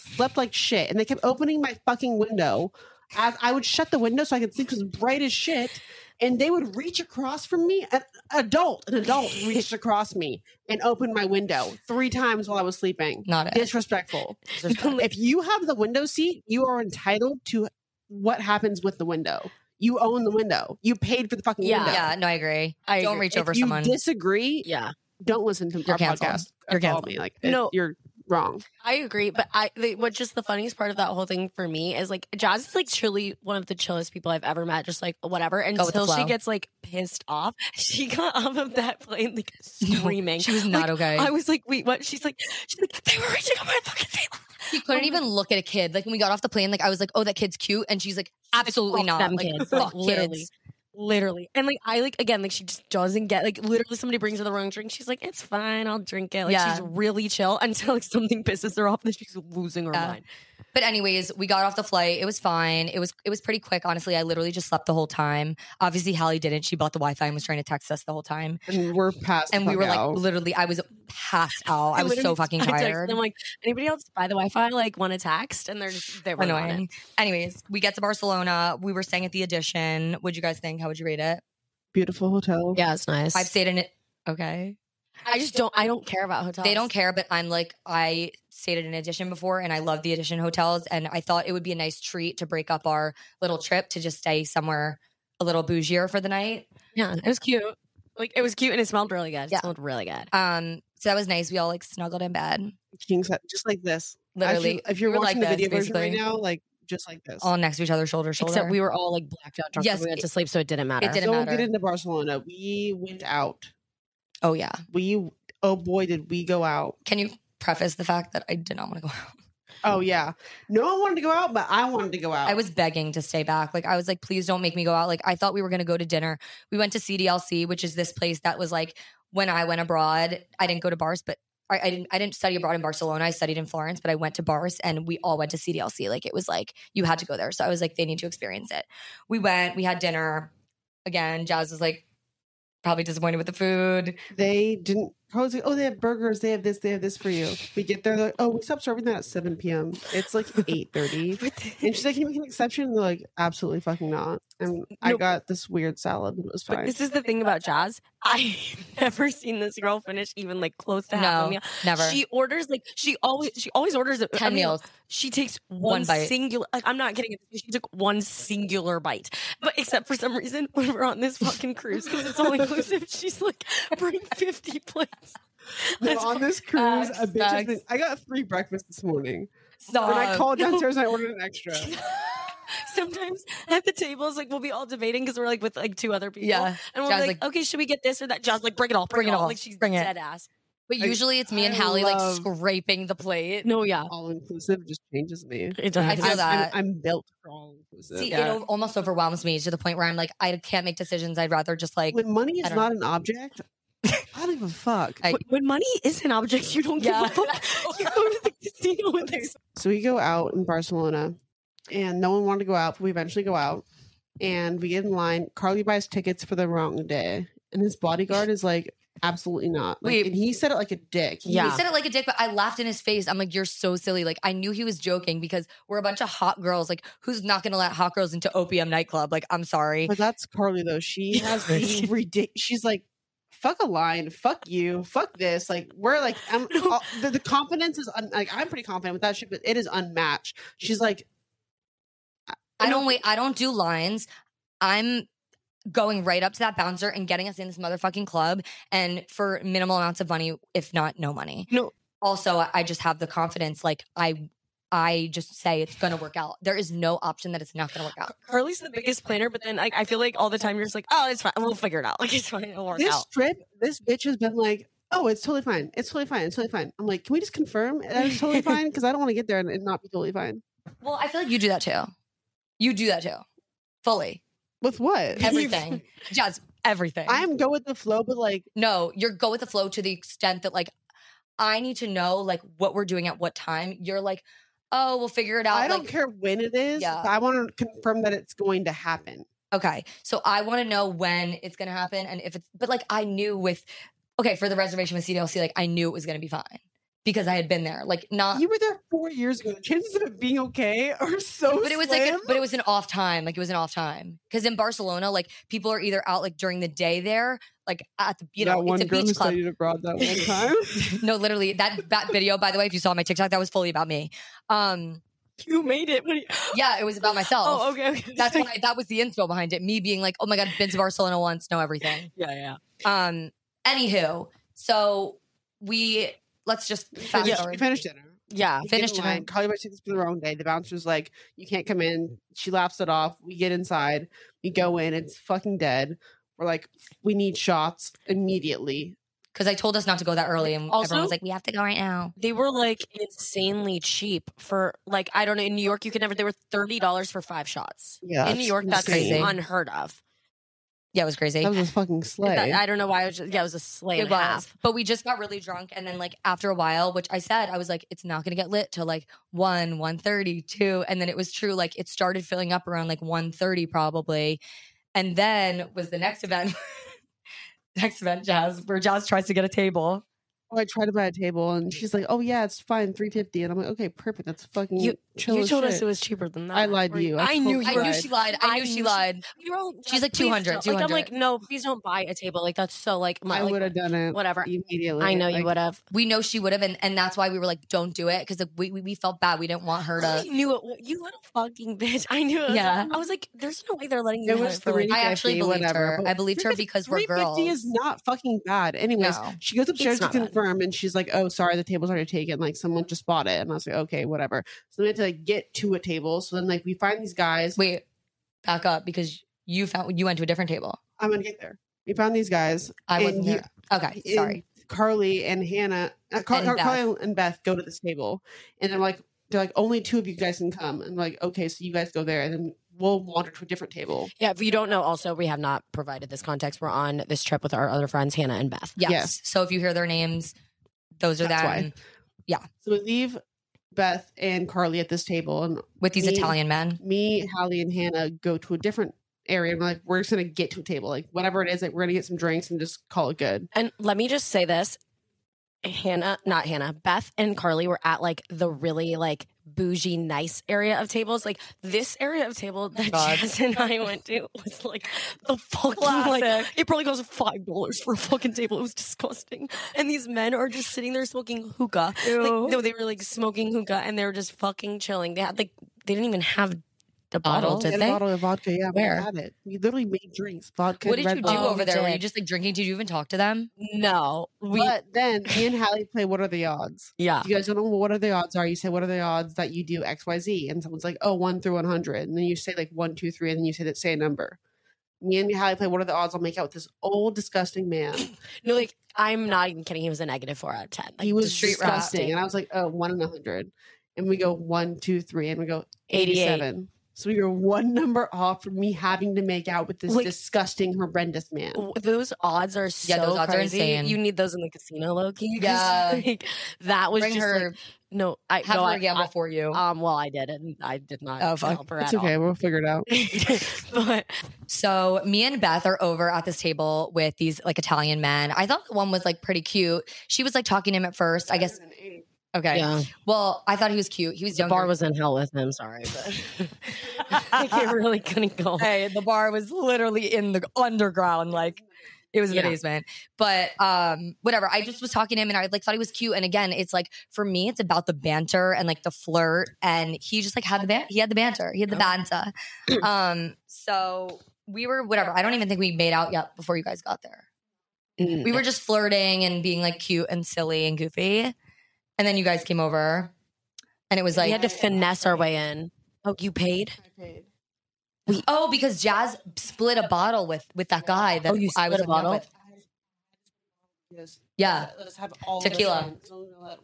[SPEAKER 3] Slept like shit. And they kept opening my fucking window. As I would shut the window so I could sleep 'cause it was bright as shit. And they would reach across from me. An adult, an adult reached across me and opened my window three times while I was sleeping.
[SPEAKER 2] Not it.
[SPEAKER 3] Disrespectful
[SPEAKER 2] Disrespect.
[SPEAKER 3] if you have the window seat, you are entitled to what happens with the window. You own the window. You paid for the fucking
[SPEAKER 1] Yeah.
[SPEAKER 3] window.
[SPEAKER 2] yeah, no, I agree.
[SPEAKER 1] I
[SPEAKER 2] Don't
[SPEAKER 1] agree.
[SPEAKER 2] reach
[SPEAKER 3] If
[SPEAKER 2] over
[SPEAKER 3] you
[SPEAKER 2] someone.
[SPEAKER 3] disagree,
[SPEAKER 1] Yeah.
[SPEAKER 3] don't listen to
[SPEAKER 2] You're
[SPEAKER 3] our
[SPEAKER 2] canceled.
[SPEAKER 3] podcast.
[SPEAKER 2] You're
[SPEAKER 3] Call
[SPEAKER 2] canceled.
[SPEAKER 3] me like
[SPEAKER 1] No.
[SPEAKER 3] no, you're wrong.
[SPEAKER 1] I agree, but I the, what just the funniest part of that whole thing for me is like Jazz is like truly one of the chillest people I've ever met. Just like whatever,
[SPEAKER 2] Go with the
[SPEAKER 1] until she
[SPEAKER 2] flow.
[SPEAKER 1] gets like pissed off, she got off of that plane like screaming.
[SPEAKER 2] she was not okay.
[SPEAKER 1] I was like, wait, what? She's like, she's like, they were reaching on my fucking table.
[SPEAKER 2] She couldn't even look at a kid. Like when we got off the plane, like I was like, "Oh, that kid's cute," and she's like, "Absolutely
[SPEAKER 1] Fuck
[SPEAKER 2] not."
[SPEAKER 1] them
[SPEAKER 2] like,
[SPEAKER 1] kids, like,
[SPEAKER 2] fuck
[SPEAKER 1] literally.
[SPEAKER 2] kids.
[SPEAKER 1] Literally, and like I like again, like she just doesn't get like literally somebody brings her the wrong drink. She's like, it's fine, I'll drink it. Like
[SPEAKER 2] Yeah.
[SPEAKER 1] she's really chill until like something pisses her off, then she's losing her
[SPEAKER 2] Yeah.
[SPEAKER 1] mind.
[SPEAKER 2] But anyways, we got off the flight. It was fine. It was it was pretty quick. Honestly, I literally just slept the whole time. Obviously, Hallie didn't. She bought the Wi Fi and was trying to text us the whole time.
[SPEAKER 3] And we're past.
[SPEAKER 2] And we
[SPEAKER 3] fuck
[SPEAKER 2] were like,
[SPEAKER 3] out.
[SPEAKER 2] literally, I was passed out. I was so
[SPEAKER 1] literally-
[SPEAKER 2] fucking
[SPEAKER 1] Oh, I texted
[SPEAKER 2] tired.
[SPEAKER 1] them, like, anybody else buy the Wi-Fi? Like, want to text? And they're just they were annoying.
[SPEAKER 2] Annoying. Anyways, we get to Barcelona. We were staying at the Edition. What'd you guys think? How would you rate it?
[SPEAKER 3] beautiful hotel.
[SPEAKER 1] Yeah, it's nice.
[SPEAKER 2] I've stayed in it. Okay.
[SPEAKER 1] I just don't. I don't care about hotels.
[SPEAKER 2] They don't care, but I'm like, I stayed at an edition before and I love the edition hotels. And I thought it would be a nice treat to break up our little trip to just stay somewhere a little bougier for the night.
[SPEAKER 1] Yeah, it was cute. Like it was cute and it smelled really good. It
[SPEAKER 2] Yeah.
[SPEAKER 1] smelled really good.
[SPEAKER 2] Um, so that was nice. We all like snuggled in bed,
[SPEAKER 3] King size, just like this. Actually,
[SPEAKER 2] literally
[SPEAKER 3] if you're
[SPEAKER 2] we were
[SPEAKER 3] watching
[SPEAKER 2] like
[SPEAKER 3] the
[SPEAKER 2] this,
[SPEAKER 3] video version right
[SPEAKER 2] basically.
[SPEAKER 3] now, like just like this.
[SPEAKER 2] all next to each other, shoulder to shoulder.
[SPEAKER 1] Except we were all like blacked out drunk.
[SPEAKER 2] Yes,
[SPEAKER 1] Yes, we went
[SPEAKER 2] it-
[SPEAKER 1] to sleep, so it didn't matter.
[SPEAKER 2] it didn't
[SPEAKER 3] so we'll
[SPEAKER 2] matter.
[SPEAKER 3] get into Barcelona. We went out.
[SPEAKER 2] oh yeah.
[SPEAKER 3] We oh boy did we go out.
[SPEAKER 2] Can you preface the fact that I did not want to go out?
[SPEAKER 3] Oh yeah. No one wanted to go out, but I wanted to go out.
[SPEAKER 2] I was begging to stay back. Like I was like, please don't make me go out. Like I thought we were gonna go to dinner. We went to CDLC, which is this place that was like when I went abroad. I didn't go to bars, but I, I didn't. I didn't study abroad in Barcelona. I studied in Florence, but I went to bars, and we all went to CDLC. Like it was like you had to go there. So I was like, they need to experience it. We went. We had dinner. Again, Jazz was like probably disappointed with the food.
[SPEAKER 3] they didn't. I was like, oh, they have burgers. They have this. They have this for you. We get there. they're Like, oh, we stopped serving that at seven p.m. It's like eight thirty. And she's like, "Can you make an exception?" And they're like, "Absolutely fucking not." And I
[SPEAKER 1] No.
[SPEAKER 3] got this weird salad, and it was
[SPEAKER 1] But
[SPEAKER 3] fine.
[SPEAKER 1] this is the thing about Jazz. I've never seen this girl finish even like close to half
[SPEAKER 2] No,
[SPEAKER 1] a meal.
[SPEAKER 2] Never
[SPEAKER 1] She orders like she always she always orders a,
[SPEAKER 2] ten
[SPEAKER 1] I mean,
[SPEAKER 2] meals.
[SPEAKER 1] She takes
[SPEAKER 2] One
[SPEAKER 1] one,
[SPEAKER 2] bite.
[SPEAKER 1] singular. Like, I'm not kidding. She took one singular bite, but except for some reason, when we're on this fucking cruise because it's all inclusive, she's like, bring fifty plates.
[SPEAKER 3] No,
[SPEAKER 1] That's-
[SPEAKER 3] on this cruise,
[SPEAKER 2] sucks,
[SPEAKER 3] a bitch has been,
[SPEAKER 2] sucks. Uh,
[SPEAKER 3] I got three breakfasts this morning.
[SPEAKER 2] Stop.
[SPEAKER 3] When I called
[SPEAKER 1] no.
[SPEAKER 3] downstairs, and I ordered an extra.
[SPEAKER 1] Sometimes at the tables, like we'll be all debating because we're like with like two other people.
[SPEAKER 2] yeah,
[SPEAKER 1] And we'll
[SPEAKER 2] John's
[SPEAKER 1] be like, okay, should we get this or that? John's like, bring it all, bring, it all. Like she's
[SPEAKER 2] bring it.
[SPEAKER 1] dead ass.
[SPEAKER 2] but
[SPEAKER 3] I-
[SPEAKER 2] usually it's me and
[SPEAKER 3] I
[SPEAKER 2] Hallie
[SPEAKER 3] love-
[SPEAKER 2] like scraping the plate.
[SPEAKER 1] No, yeah.
[SPEAKER 3] All inclusive just changes me.
[SPEAKER 1] It
[SPEAKER 2] I
[SPEAKER 1] does.
[SPEAKER 2] feel
[SPEAKER 3] I'm,
[SPEAKER 2] that.
[SPEAKER 3] I'm, I'm built for all inclusive.
[SPEAKER 2] See,
[SPEAKER 1] Yeah.
[SPEAKER 2] it o- almost overwhelms me to the point where I'm like, I can't make decisions. I'd rather just like,
[SPEAKER 3] when money
[SPEAKER 2] I
[SPEAKER 3] is
[SPEAKER 2] don't-
[SPEAKER 3] not an object, I don't give a fuck.
[SPEAKER 2] I-
[SPEAKER 1] When money is an object, you don't
[SPEAKER 2] Yeah.
[SPEAKER 1] give a fuck. You go to the casino with this.
[SPEAKER 3] So we go out in Barcelona, and no one wanted to go out, but we eventually go out, and we get in line. Carly buys tickets for the wrong day, and his bodyguard is like, "Absolutely not!" Like,
[SPEAKER 2] Wait.
[SPEAKER 3] and he said it like a dick. He
[SPEAKER 1] Yeah.
[SPEAKER 2] he said it like a dick, but I laughed in his face. I'm like, you're so silly. Like, I knew he was joking because we're a bunch of hot girls. Like, who's not going to let hot girls into OPM nightclub? Like, I'm sorry.
[SPEAKER 3] But that's Carly though. She has the ridiculous. She's like, fuck a line, fuck you, fuck this. Like we're like, I'm,
[SPEAKER 1] No.
[SPEAKER 3] all, the, the confidence is un, like I'm pretty confident with that shit, but it is unmatched. She's like,
[SPEAKER 2] I don't wait. I don't do lines. I'm going right up to that bouncer and getting us in this motherfucking club and for minimal amounts of money, if not no money.
[SPEAKER 1] No.
[SPEAKER 2] Also, I- I just have the confidence. Like, I. I just say it's gonna work out. There is no option that it's not gonna work out.
[SPEAKER 1] Carly's the biggest planner, but then like I feel like all the time you're just like, oh, it's fine. We'll figure it out. Like it's fine. It'll work
[SPEAKER 3] this
[SPEAKER 1] out.
[SPEAKER 3] trip, this bitch has been like, oh, it's totally fine. It's totally fine. It's totally fine. I'm like, can we just confirm that it's totally fine? Because I don't want to get there and, and not be totally fine.
[SPEAKER 2] Well, I feel like you do that too. You do that too. Fully.
[SPEAKER 3] With what?
[SPEAKER 2] Everything. Jazz, everything.
[SPEAKER 3] I am go with the flow, but like,
[SPEAKER 2] no, you're go with the flow to the extent that like I need to know like what we're doing at what time. You're like, oh, we'll figure it out.
[SPEAKER 3] I don't
[SPEAKER 2] like,
[SPEAKER 3] care when it is.
[SPEAKER 2] Yeah.
[SPEAKER 3] But I want to confirm that it's going to happen.
[SPEAKER 2] okay. So I want to know when it's gonna happen and if it's but like I knew with okay, for the reservation with CDLC, like I knew it was gonna be fine. Because I had been there. Like not
[SPEAKER 3] You were there four years ago. The chances of it being okay are so
[SPEAKER 2] but it was like a, but it was an off time like it was an off time because in barcelona like people are either out like during the day there like at the you know it's a beach club
[SPEAKER 3] abroad that one time.
[SPEAKER 2] no literally that that video by the way if you saw my tiktok that was fully about me um
[SPEAKER 1] You made it. What do you-
[SPEAKER 2] yeah it was about myself
[SPEAKER 1] Oh, okay. okay.
[SPEAKER 2] that's why that was the info behind it me being like oh my god been to barcelona once know everything
[SPEAKER 1] Yeah, yeah.
[SPEAKER 2] um anywho so we let's just fast
[SPEAKER 3] yeah,
[SPEAKER 2] forward
[SPEAKER 3] we finished dinner.
[SPEAKER 1] Yeah.
[SPEAKER 3] We get in
[SPEAKER 2] Finished dinner.
[SPEAKER 3] line. Carly Rae took us for the wrong day. The bouncer's like, "You can't come in." She laughs it off. We get inside. We go in. It's fucking dead. We're like, "We need shots immediately."
[SPEAKER 2] because i told us not to go that early and
[SPEAKER 1] Also-
[SPEAKER 2] everyone was like we have to go right now
[SPEAKER 1] They were like insanely cheap for like I don't know in New York you could never they were thirty dollars for five shots
[SPEAKER 3] Yeah,
[SPEAKER 1] in New York that's
[SPEAKER 2] insane.
[SPEAKER 1] unheard of.
[SPEAKER 2] yeah it was crazy
[SPEAKER 3] That was a fucking slay.
[SPEAKER 1] That- I don't know why it was just, yeah it was a slay
[SPEAKER 2] It
[SPEAKER 1] and a
[SPEAKER 2] was.
[SPEAKER 1] half.
[SPEAKER 2] But we just got really drunk. And then like after a while, which I said, I was like, it's not gonna get lit till like 1, 1.30, 2. And then it was true. Like it started filling up around like 1.30 probably. And then was the next event. next event, Jazz, where Jazz tries to get a table.
[SPEAKER 3] oh, I tried to buy a table, and she's like, "Oh yeah, it's fine, three fifty. And I'm like, "Okay, perfect. That's fucking
[SPEAKER 1] You-
[SPEAKER 3] chill
[SPEAKER 1] you
[SPEAKER 3] as
[SPEAKER 1] told us
[SPEAKER 3] shit."
[SPEAKER 1] it was cheaper than that.
[SPEAKER 3] I lied to
[SPEAKER 1] Or
[SPEAKER 3] you. I
[SPEAKER 1] I knew
[SPEAKER 3] told
[SPEAKER 1] you.
[SPEAKER 2] I
[SPEAKER 1] were-
[SPEAKER 2] knew she lied. I
[SPEAKER 1] I
[SPEAKER 2] knew
[SPEAKER 1] knew
[SPEAKER 2] she
[SPEAKER 1] she-
[SPEAKER 2] lied.
[SPEAKER 1] we were all-
[SPEAKER 2] She's like
[SPEAKER 1] please
[SPEAKER 2] 200,
[SPEAKER 1] don't- Like, I'm
[SPEAKER 2] 200.
[SPEAKER 1] like, no, please don't buy a table. Like that's so like my
[SPEAKER 3] I
[SPEAKER 1] like,
[SPEAKER 3] would have done it
[SPEAKER 1] whatever.
[SPEAKER 3] immediately.
[SPEAKER 1] I know you
[SPEAKER 3] Like,
[SPEAKER 1] would have.
[SPEAKER 2] We know she would have, and, and that's why we were like, don't do it, because like, we, we we felt bad. We didn't want her
[SPEAKER 1] I
[SPEAKER 2] to.
[SPEAKER 1] knew it. You little fucking bitch. I knew it.
[SPEAKER 2] Yeah.
[SPEAKER 1] I was like, there's no way they're letting you.
[SPEAKER 3] It
[SPEAKER 1] have
[SPEAKER 3] was
[SPEAKER 1] it for, like,
[SPEAKER 2] I actually
[SPEAKER 3] 350,
[SPEAKER 2] believed
[SPEAKER 3] whatever,
[SPEAKER 2] her.
[SPEAKER 3] but
[SPEAKER 2] I believed her
[SPEAKER 3] 350
[SPEAKER 2] because we're
[SPEAKER 3] 350
[SPEAKER 2] girls.
[SPEAKER 3] is not fucking bad. Anyways,
[SPEAKER 2] No.
[SPEAKER 3] she goes upstairs to
[SPEAKER 1] not bad.
[SPEAKER 3] confirm and she's like, Oh, sorry, the table's already taken. Like someone just bought it. And I was like, Okay, whatever. So then we had to like get to a table. So then like we find these guys.
[SPEAKER 2] Wait, back up because you found you went to a different table.
[SPEAKER 3] I'm gonna get there. We found these guys.
[SPEAKER 2] I
[SPEAKER 3] And
[SPEAKER 2] wasn't
[SPEAKER 3] you-
[SPEAKER 2] there. Okay,
[SPEAKER 3] and
[SPEAKER 2] sorry.
[SPEAKER 3] Carly and Hannah uh, Car-
[SPEAKER 2] And
[SPEAKER 3] Car-
[SPEAKER 2] Beth.
[SPEAKER 3] Carly and Beth go to this table and they're like they're like, only two of you guys can come. And I'm like, okay, so you guys go there and then we'll wander to a different table.
[SPEAKER 1] Yeah, if you don't know, also we have not provided this context. We're on this trip with our other friends, Hannah and Beth.
[SPEAKER 2] Yes.
[SPEAKER 3] yes.
[SPEAKER 2] So if you hear their names, those are
[SPEAKER 3] That's why.
[SPEAKER 2] them
[SPEAKER 3] So we leave Beth and Carly at this table and
[SPEAKER 2] with these
[SPEAKER 3] Me-
[SPEAKER 2] Italian men.
[SPEAKER 3] me, Hallie, and Hannah go to a different area. We're like, we're just gonna get to a table, like whatever it is, like we're gonna get some drinks and just call it good.
[SPEAKER 1] And let me just say this. Hannah, not Hannah, Beth and Carly were at like the really like bougie nice area of tables. Like this area of table that
[SPEAKER 2] Oh God.
[SPEAKER 1] Jess and I went to was like the fucking like
[SPEAKER 2] Classic.
[SPEAKER 1] it probably costs five dollars for a fucking table. It was disgusting. And these men are just sitting there smoking hookah. Like, no, they were like smoking hookah and they were just fucking chilling. They had like they didn't even have a bottle,
[SPEAKER 2] Bottles?
[SPEAKER 1] did
[SPEAKER 3] and
[SPEAKER 1] they?
[SPEAKER 3] a bottle of vodka, yeah,
[SPEAKER 1] Where?
[SPEAKER 3] we had it. We literally made drinks, vodka.
[SPEAKER 2] What did you
[SPEAKER 3] Red
[SPEAKER 2] do
[SPEAKER 3] Bull.
[SPEAKER 1] Oh,
[SPEAKER 2] over
[SPEAKER 1] we
[SPEAKER 2] there? Were you
[SPEAKER 1] did.
[SPEAKER 2] just like drinking? Did you even talk to them?
[SPEAKER 1] No. We Ah.
[SPEAKER 3] But then me and Hallie play. What are the odds?
[SPEAKER 1] yeah.
[SPEAKER 3] If you guys don't know what are the odds are, you say what are the odds that you do X, Y, Z, and someone's like, oh, one through one hundred, and then you say like one, two, three, and then you say that say a number. Me and Hallie play. What are the odds? I'll make out with this old disgusting man.
[SPEAKER 1] No, like I'm not even kidding. He was a negative four out of ten. Like,
[SPEAKER 3] he was
[SPEAKER 2] street rat.
[SPEAKER 3] disgusting. And I was like, oh, one in a hundred. And we go one, two, three, and we go
[SPEAKER 1] 88.
[SPEAKER 3] 87. So we were one number off from me having to make out with this
[SPEAKER 1] Like-
[SPEAKER 3] disgusting, horrendous man.
[SPEAKER 1] w- those odds are so
[SPEAKER 2] Yeah, those odds are
[SPEAKER 1] crazy.
[SPEAKER 2] insane.
[SPEAKER 1] You need those in the casino, Loki.
[SPEAKER 2] Yeah.
[SPEAKER 1] like, that was
[SPEAKER 2] Bring
[SPEAKER 1] just
[SPEAKER 2] her,
[SPEAKER 1] like, no. I
[SPEAKER 2] have
[SPEAKER 1] no,
[SPEAKER 2] her
[SPEAKER 1] I-
[SPEAKER 2] gamble for you.
[SPEAKER 1] I- um. Well, I did, and I did not
[SPEAKER 2] Oh, fuck.
[SPEAKER 1] help her
[SPEAKER 3] It's
[SPEAKER 1] at
[SPEAKER 3] okay. We'll figure it out.
[SPEAKER 1] all. but
[SPEAKER 2] So me and Beth are over at this table with these like Italian men. I thought the one was like pretty cute. She was like talking to him at first. I guess okay.
[SPEAKER 1] yeah,
[SPEAKER 2] Well, I thought he was cute. He was
[SPEAKER 1] the
[SPEAKER 2] younger.
[SPEAKER 1] bar was in hell with him. Sorry, but like it really couldn't go.
[SPEAKER 2] hey, the bar was literally in the underground, like it was an
[SPEAKER 1] Yeah.
[SPEAKER 2] basement. But um, whatever. I just was talking to him and I like thought he was cute. And again, it's like for me, it's about the banter and like the flirt. And he just like had the ban- he had the banter. He had the banter. um, so we were whatever. I don't even think we made out yet before you guys got there.
[SPEAKER 1] Mm.
[SPEAKER 2] We were just flirting and being like cute and silly and goofy. And then you guys came over and it was
[SPEAKER 1] we
[SPEAKER 2] like
[SPEAKER 1] had to finesse our way in. Oh, you paid?
[SPEAKER 2] Oh, because Jazz split a bottle with with that guy that
[SPEAKER 1] Oh, you
[SPEAKER 2] I was
[SPEAKER 1] split a
[SPEAKER 2] hooking up
[SPEAKER 1] bottle?
[SPEAKER 2] with. Yeah.
[SPEAKER 3] Let's have all
[SPEAKER 2] Uh, Tequila.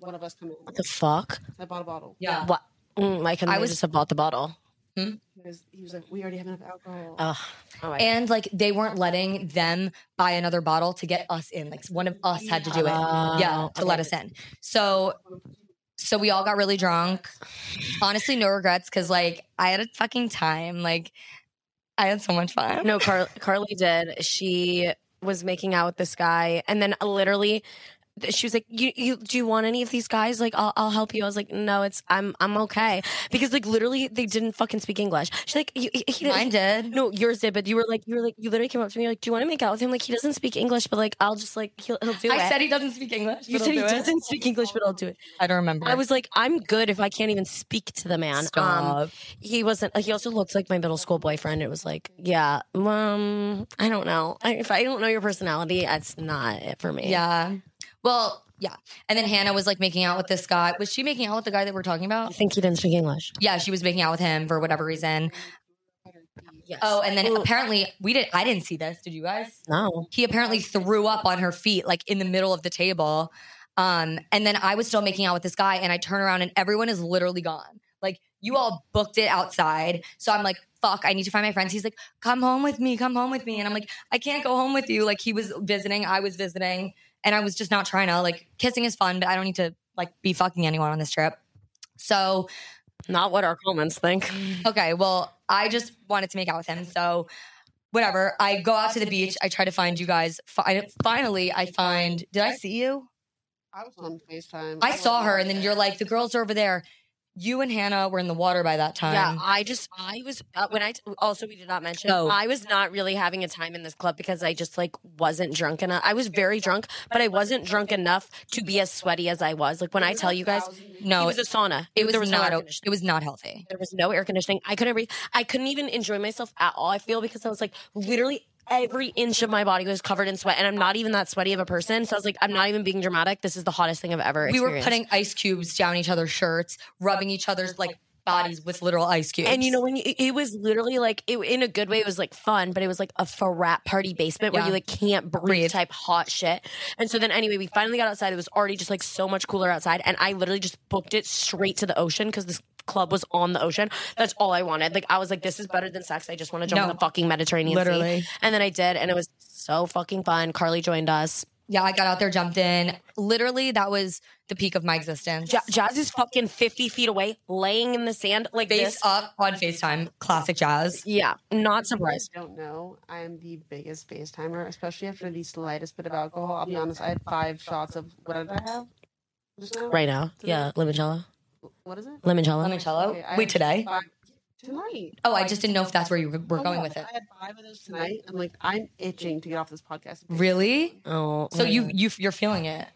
[SPEAKER 3] One of us come
[SPEAKER 1] What the fuck?
[SPEAKER 3] I bought a bottle.
[SPEAKER 2] Yeah.
[SPEAKER 1] What? Mm, like, and
[SPEAKER 2] I
[SPEAKER 1] I was
[SPEAKER 2] was-
[SPEAKER 1] just have bought the bottle.
[SPEAKER 3] He was, he was like, we already have enough alcohol.
[SPEAKER 2] Um,
[SPEAKER 1] Ugh. Oh, my
[SPEAKER 2] And like they weren't letting them buy another bottle to get us in. Like one of us had to do it.
[SPEAKER 1] God.
[SPEAKER 2] yeah, to let
[SPEAKER 1] Okay.
[SPEAKER 2] us in. So so we all got really drunk. Honestly, no regrets cuz like I had a fucking time. Like I had so much fun.
[SPEAKER 1] No, Car- Carly did. She was making out with this guy, and then uh, literally, th- she was like, "You, you do you want any of these guys? Like, I'll, I'll help you." I was like, "No, it's I'm, I'm okay," because like literally, they didn't fucking speak English. She's like, "You, he, he,
[SPEAKER 2] Mine did.
[SPEAKER 1] no, yours did, but you were like, you were like, you literally came up to me like, do you want to make out with him? Like, he doesn't speak English, but like, I'll just like, he'll, he'll do
[SPEAKER 2] I
[SPEAKER 1] it."
[SPEAKER 2] said he doesn't speak English.
[SPEAKER 1] you
[SPEAKER 2] but
[SPEAKER 1] said he
[SPEAKER 2] he'll do it.
[SPEAKER 1] doesn't speak English, but I'll do it.
[SPEAKER 2] I don't remember.
[SPEAKER 1] I was like, I'm good if I can't even speak to the man. Um,
[SPEAKER 2] Stop.
[SPEAKER 1] he wasn't he also looked like my middle school boyfriend it was like yeah um i don't know I, if i don't know your personality that's not it for me
[SPEAKER 2] yeah. Well, yeah. And then Hannah was like making out with this guy. Was she making out with the guy that we're talking
[SPEAKER 1] i
[SPEAKER 2] about?
[SPEAKER 1] think he didn't speak english
[SPEAKER 2] Yeah, she was making out with him for whatever reason.
[SPEAKER 1] yes
[SPEAKER 2] Oh, and then
[SPEAKER 1] Ooh.
[SPEAKER 2] apparently we did. I didn't see this. Did you guys?
[SPEAKER 1] no
[SPEAKER 2] He apparently threw up on her feet, like in the middle of the table. Um, and then I was still making out with this guy, and I turn around and everyone is literally gone. Like you all booked it outside, so I'm like, "Fuck, I need to find my friends." He's like, "Come home with me, come home with me," and I'm like, "I can't go home with you." Like he was visiting, I was visiting, and I was just not trying to like kissing is fun, but I don't need to like be fucking anyone on this trip. So
[SPEAKER 1] not what our comments think
[SPEAKER 2] Okay, well, I just wanted to make out with him. So, whatever. I go out to the beach. I try to find you guys. Fi- I- finally, I find. Did I see you?
[SPEAKER 3] I was on FaceTime.
[SPEAKER 2] I saw her, and then you're like, the girls are over there. You and Hannah were in the water by that time.
[SPEAKER 1] Yeah, I just I was uh, when I t- also we did not mention
[SPEAKER 2] Oh.
[SPEAKER 1] I was not really having a time in this club because I just like wasn't drunk enough. I was very drunk, but I wasn't drunk enough to be as sweaty as I was. Like when I tell you guys, it
[SPEAKER 2] No,
[SPEAKER 1] was a sauna.
[SPEAKER 2] it was
[SPEAKER 1] there was no air
[SPEAKER 2] not. o-
[SPEAKER 1] conditioning.
[SPEAKER 2] it was not healthy.
[SPEAKER 1] There was no air conditioning. I couldn't breathe. I couldn't even enjoy myself at all. I feel because I was like literally every inch of my body was covered in sweat, and I'm not even that sweaty of a person. So I was like, I'm not even being dramatic. This is the hottest thing I've ever.
[SPEAKER 2] We were
[SPEAKER 1] experienced.
[SPEAKER 2] putting ice cubes down each other's shirts, rubbing each other's like bodies with literal ice cubes.
[SPEAKER 1] And you know when you, it- it was literally like it, in a good way, it was like fun, but it was like a frat party basement where
[SPEAKER 2] Yeah.
[SPEAKER 1] you like can't breathe,
[SPEAKER 2] Breathe.
[SPEAKER 1] type hot shit. And so then anyway, we finally got outside. It was already just like so much cooler outside, and I literally just booked it straight to the ocean because this club was on the ocean. That's all I wanted. Like I was like, this is better than sex. I just want to jump
[SPEAKER 2] No.
[SPEAKER 1] in the fucking Mediterranean Sea.
[SPEAKER 2] literally.
[SPEAKER 1] And then I did, and it was so fucking fun. Carly joined us.
[SPEAKER 2] Yeah, I got out there, jumped in. Literally, that was the peak of my existence.
[SPEAKER 1] Ja- Jazz is fucking fifty feet away, laying in the sand like
[SPEAKER 2] Face
[SPEAKER 1] this.
[SPEAKER 2] up on FaceTime, classic jazz.
[SPEAKER 1] Yeah, not
[SPEAKER 3] I
[SPEAKER 1] surprised.
[SPEAKER 3] don't know. I am the biggest FaceTimer, especially after the slightest bit of alcohol. I'll be honest. I had five shots of what did I have? Just now?
[SPEAKER 1] Right now, yeah, limoncello,
[SPEAKER 3] What is it?
[SPEAKER 1] limoncello.
[SPEAKER 2] Limoncello.
[SPEAKER 3] Okay, I
[SPEAKER 2] Wait,
[SPEAKER 3] had
[SPEAKER 2] today?
[SPEAKER 3] five- Tonight. Oh,
[SPEAKER 2] Oh, I just didn't know if that's where you were were
[SPEAKER 1] Oh,
[SPEAKER 2] going with it.
[SPEAKER 3] I had five of those tonight. I'm like, I'm itching to get off this podcast.
[SPEAKER 2] Really?
[SPEAKER 1] Oh,
[SPEAKER 2] So you you you're feeling it.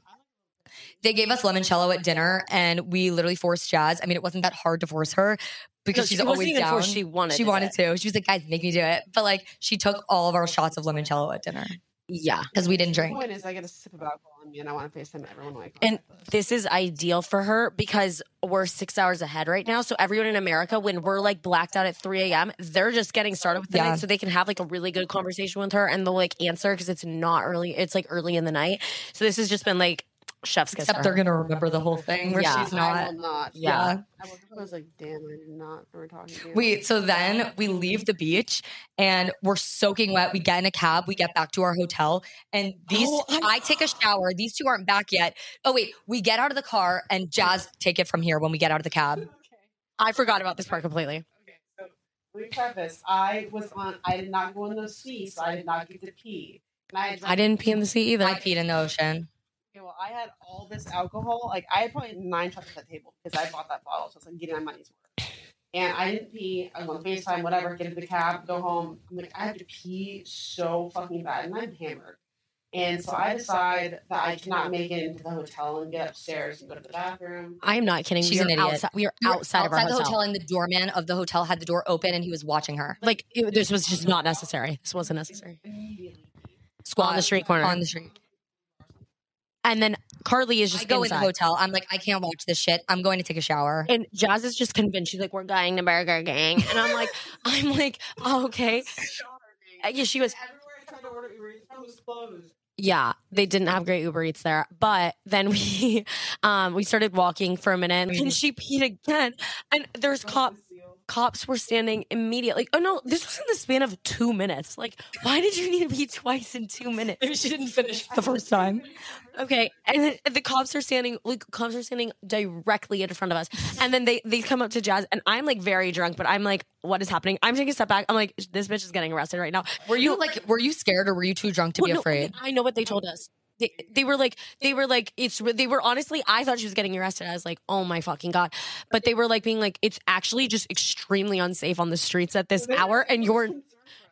[SPEAKER 2] They gave us limoncello at dinner, and we literally forced Jazz. I mean, it wasn't that hard to force her because she's always down.
[SPEAKER 1] she wanted.
[SPEAKER 2] She wanted to. She was like, "Guys, make me do it." But like, she took all of our shots of limoncello at dinner
[SPEAKER 1] Yeah,
[SPEAKER 2] because we didn't
[SPEAKER 3] The
[SPEAKER 2] drink.
[SPEAKER 3] point is, I get a sip of alcohol in me, and I want to FaceTime everyone. Like,
[SPEAKER 1] And this is ideal for her because we're six hours ahead right now. So everyone in America, when we're like blacked out at three a.m., they're just getting started with the
[SPEAKER 2] Yeah.
[SPEAKER 1] night, so they can have like a really good conversation with her, and they'll like answer because it's not early. It's like early in the night. So this has just been like chef's kiss.
[SPEAKER 2] Except
[SPEAKER 1] for
[SPEAKER 2] they're
[SPEAKER 1] her.
[SPEAKER 2] gonna remember the whole thing where
[SPEAKER 1] Yeah.
[SPEAKER 2] she's
[SPEAKER 3] I
[SPEAKER 2] not.
[SPEAKER 3] will not.
[SPEAKER 1] Yeah.
[SPEAKER 3] I woke up, I was like, damn, I did not remember talking to you.
[SPEAKER 2] Wait, so then we leave the beach and we're soaking wet. We get in a cab, we get back to our hotel, and these
[SPEAKER 1] Oh, I-
[SPEAKER 2] I, take a shower. These two aren't back yet. Oh wait, we get out of the car and Jazz take it from here when we get out of the cab.
[SPEAKER 1] I forgot about this part completely.
[SPEAKER 3] Okay, so let me preface. I was on. I did not go in the sea, so I did not get to pee. And I, had
[SPEAKER 1] I
[SPEAKER 3] drank-
[SPEAKER 1] didn't pee in the sea either.
[SPEAKER 2] I peed in the ocean.
[SPEAKER 3] Okay, well, I had all this alcohol. Like I had probably nine shots at that table because I bought that bottle, so it's like getting my money's worth. And I didn't pee. I was on Facetime, whatever. Get in the cab, go home. I'm like, I have to pee so fucking bad, and I'm hammered. And so I decide that I cannot make it into the hotel and get upstairs and go to the bathroom.
[SPEAKER 1] I am not kidding.
[SPEAKER 2] She's
[SPEAKER 1] we
[SPEAKER 2] an
[SPEAKER 1] are
[SPEAKER 2] idiot.
[SPEAKER 1] Outside, we are
[SPEAKER 2] We were
[SPEAKER 1] outside, of our
[SPEAKER 2] the
[SPEAKER 1] hotel.
[SPEAKER 2] hotel, and the doorman of the hotel had the door open, and he was watching her.
[SPEAKER 1] Like it, this was just not necessary. This wasn't necessary.
[SPEAKER 3] Immediately.
[SPEAKER 1] Squat on the street corner,
[SPEAKER 2] Uh, On the street.
[SPEAKER 1] and then Carly is just
[SPEAKER 2] I go in
[SPEAKER 1] inside.
[SPEAKER 2] the hotel. I'm like, I can't watch this shit. I'm going to take a shower.
[SPEAKER 1] And Jazz is just convinced she's like, "We're going to Burger Gang," and I'm like, "I'm like, oh, okay, Uh, yeah." She was,
[SPEAKER 3] Everywhere I tried to order Uber Eats, it was closed.
[SPEAKER 1] yeah. They didn't have great Uber Eats there, but then we, um, we started walking for a minute, and then she peed again, and there's cop. Cops were standing immediately. Oh no, this was in the span of two minutes. Like, why did you need to pee twice in two minutes?
[SPEAKER 2] Maybe she didn't finish the first time.
[SPEAKER 1] Okay, and then the cops are standing. Like cops are standing directly in front of us, and then they they come up to Jazz, and I'm like very drunk, but I'm like, what is happening? I'm taking a step back. I'm like, this bitch is getting arrested right now.
[SPEAKER 2] Were you like, were you scared or were you too drunk to be
[SPEAKER 1] Well, no,
[SPEAKER 2] afraid?
[SPEAKER 1] I know what they told us. They, they were like they were like it's they were honestly I thought she was getting arrested. I was like, "Oh my fucking god." But they were like being like it's actually just extremely unsafe on the streets at this hour and you're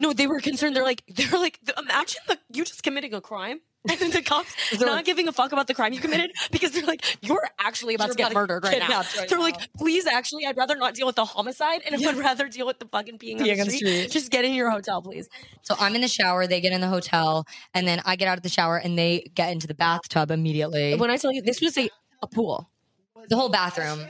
[SPEAKER 1] No, they were concerned. They're like they're like imagine the, you just committing a crime and then the cops
[SPEAKER 2] They're
[SPEAKER 1] not
[SPEAKER 2] like-
[SPEAKER 1] giving a fuck about the crime you committed because they're like you're actually about
[SPEAKER 2] You're
[SPEAKER 1] to get
[SPEAKER 2] about to
[SPEAKER 1] murdered right now.
[SPEAKER 2] kidnapped right
[SPEAKER 1] they're
[SPEAKER 2] now.
[SPEAKER 1] like please actually I'd rather not deal with the homicide and I would rather deal with the fucking being, on, the street. Just get in your hotel, please.
[SPEAKER 2] So I'm in the shower, they get in the hotel, and then I get out of the shower and they get into the bathtub immediately.
[SPEAKER 1] When I tell you this was a, a pool.
[SPEAKER 2] The whole bathroom.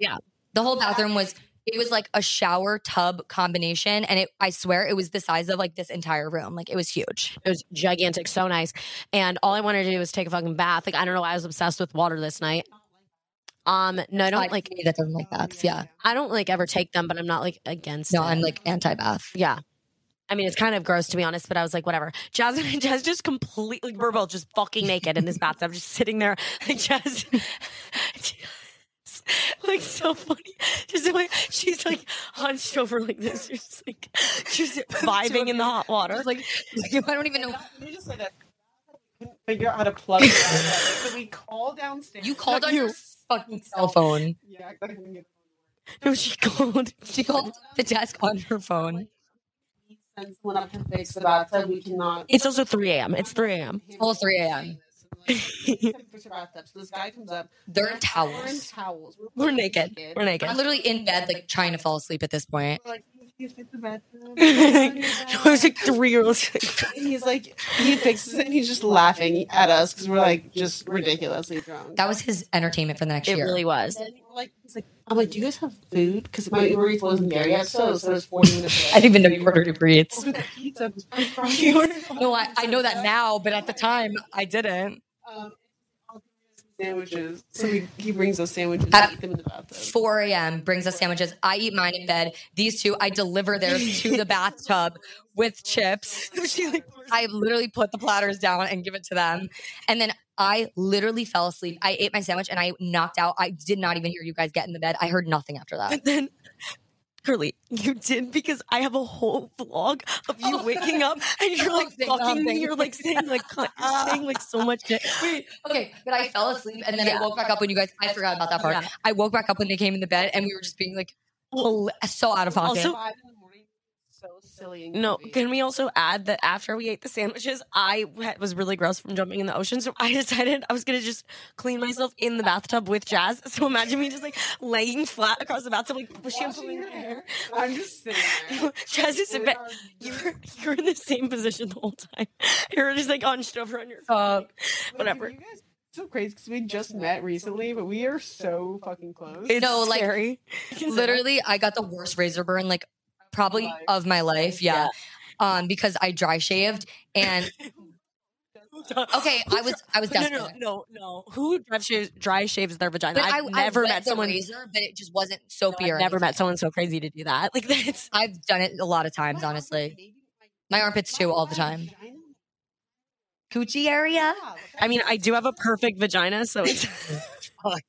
[SPEAKER 2] The whole bathroom was it was like a shower tub combination and it I swear it was the size of like this entire room. Like it was huge.
[SPEAKER 1] It was gigantic, so nice. And all I wanted to do was take a fucking bath. Like I don't know why I was obsessed with water this night. Um, no, I don't like Oh,
[SPEAKER 2] me that doesn't like baths. Yeah.
[SPEAKER 1] I don't like ever take them, but I'm not like against
[SPEAKER 2] No,
[SPEAKER 1] it.
[SPEAKER 2] I'm like anti bath.
[SPEAKER 1] yeah. I mean, it's kind of gross to be honest, but I was like, whatever. Jazz and Jazz just completely, we're both just fucking naked in this bathtub, just sitting there, like Jazz, like so funny. Just the way she's like hunched over like this, just like just vibing in the hot water.
[SPEAKER 2] Like I don't even know
[SPEAKER 3] Let me just say that couldn't figure out how to plug it. in. so we call downstairs.
[SPEAKER 2] You called
[SPEAKER 3] Not
[SPEAKER 2] on your fucking cell phone.
[SPEAKER 3] Yeah, I couldn't get
[SPEAKER 1] No, she called.
[SPEAKER 2] She called the desk on her phone.
[SPEAKER 3] He sent someone up to fix the bathtub. We cannot.
[SPEAKER 1] It's also 3 a.m. It's 3 a.m.
[SPEAKER 2] all 3 a.m..
[SPEAKER 3] So this guy comes up.
[SPEAKER 2] They're in
[SPEAKER 3] We're in
[SPEAKER 2] towels.
[SPEAKER 3] towels.
[SPEAKER 1] We're naked. We're naked.
[SPEAKER 2] I'm literally in bed, like trying to fall asleep at this point.
[SPEAKER 3] We're like, "Can you fix the bathtub?
[SPEAKER 1] I was like three year olds.
[SPEAKER 3] And he's like, he fixes it and he's just laughing at us because we're like just ridiculously drunk.
[SPEAKER 2] That was his entertainment for the next
[SPEAKER 1] It
[SPEAKER 2] year.
[SPEAKER 1] really was.
[SPEAKER 3] And we're like, he's like, I'm like, do you guys have food? Because my Uber Eats wasn't there yet, so so it's 40 minutes.
[SPEAKER 2] I didn't even know you ordered Uber Eats.
[SPEAKER 3] ordered pizza.
[SPEAKER 2] No, I, I know that now, but at the time I didn't.
[SPEAKER 3] Um, sandwiches. So we, he brings us sandwiches.
[SPEAKER 2] At-
[SPEAKER 3] to eat them in the bathtub.
[SPEAKER 2] 4 a.m. brings us sandwiches. I eat mine in bed. These two, I deliver theirs to the bathtub with chips.
[SPEAKER 1] She like
[SPEAKER 2] I literally put the platters down and give it to them. And then I literally fell asleep. I ate my sandwich and I knocked out. I did not even hear you guys get in the bed. I heard nothing after that.
[SPEAKER 1] And then, Curly, you did because I have a whole vlog of you
[SPEAKER 2] Oh.
[SPEAKER 1] waking up and you're like
[SPEAKER 2] Something,
[SPEAKER 1] fucking
[SPEAKER 2] something.
[SPEAKER 1] me. You're like saying like cunt,
[SPEAKER 2] Ah.
[SPEAKER 1] you're saying like so much shit.
[SPEAKER 2] Okay, but I fell asleep and then
[SPEAKER 1] Yeah.
[SPEAKER 2] I woke back up when you guys. I forgot about that part.
[SPEAKER 1] Yeah.
[SPEAKER 2] I woke back up when they came in the bed and we were just being like, hol- so out of pocket.
[SPEAKER 1] Also-
[SPEAKER 3] Five in the morning, so silly. and
[SPEAKER 1] No,
[SPEAKER 3] goofy.
[SPEAKER 1] can we also add that after we ate the sandwiches, I wa- was really gross from jumping in the ocean, so I decided I was gonna just clean myself in the bathtub with Jazz. So imagine me just like laying flat across the bathtub, like shampooing her hair.
[SPEAKER 3] I'm just sitting there.
[SPEAKER 1] Jazz is in bed. You were, you were in the same position the whole time. You were just like hunched over on your
[SPEAKER 2] Uh,
[SPEAKER 1] whatever.
[SPEAKER 3] You guys it's so crazy because we just met recently, but we are so fucking close.
[SPEAKER 1] It's
[SPEAKER 2] No, like,
[SPEAKER 1] scary.
[SPEAKER 2] literally, I got the worst razor burn like probably
[SPEAKER 3] Life.
[SPEAKER 2] of my life. Yeah. Um, because I dry shaved and okay, I was I was
[SPEAKER 1] But no,
[SPEAKER 2] desperate.
[SPEAKER 1] no, no, no. Who dry shaves, dry shaves their vagina?
[SPEAKER 2] But I,
[SPEAKER 1] I've never
[SPEAKER 2] I wet
[SPEAKER 1] met
[SPEAKER 2] the
[SPEAKER 1] someone.
[SPEAKER 2] razor, but it just wasn't
[SPEAKER 1] no,
[SPEAKER 2] soapy. or
[SPEAKER 1] I've never
[SPEAKER 2] anything.
[SPEAKER 1] met someone so crazy to do that. Like that's
[SPEAKER 2] I've done it a lot of times, honestly. My armpits too, all the time. Coochie area.
[SPEAKER 1] I mean, I do have a perfect vagina, so it's fuck.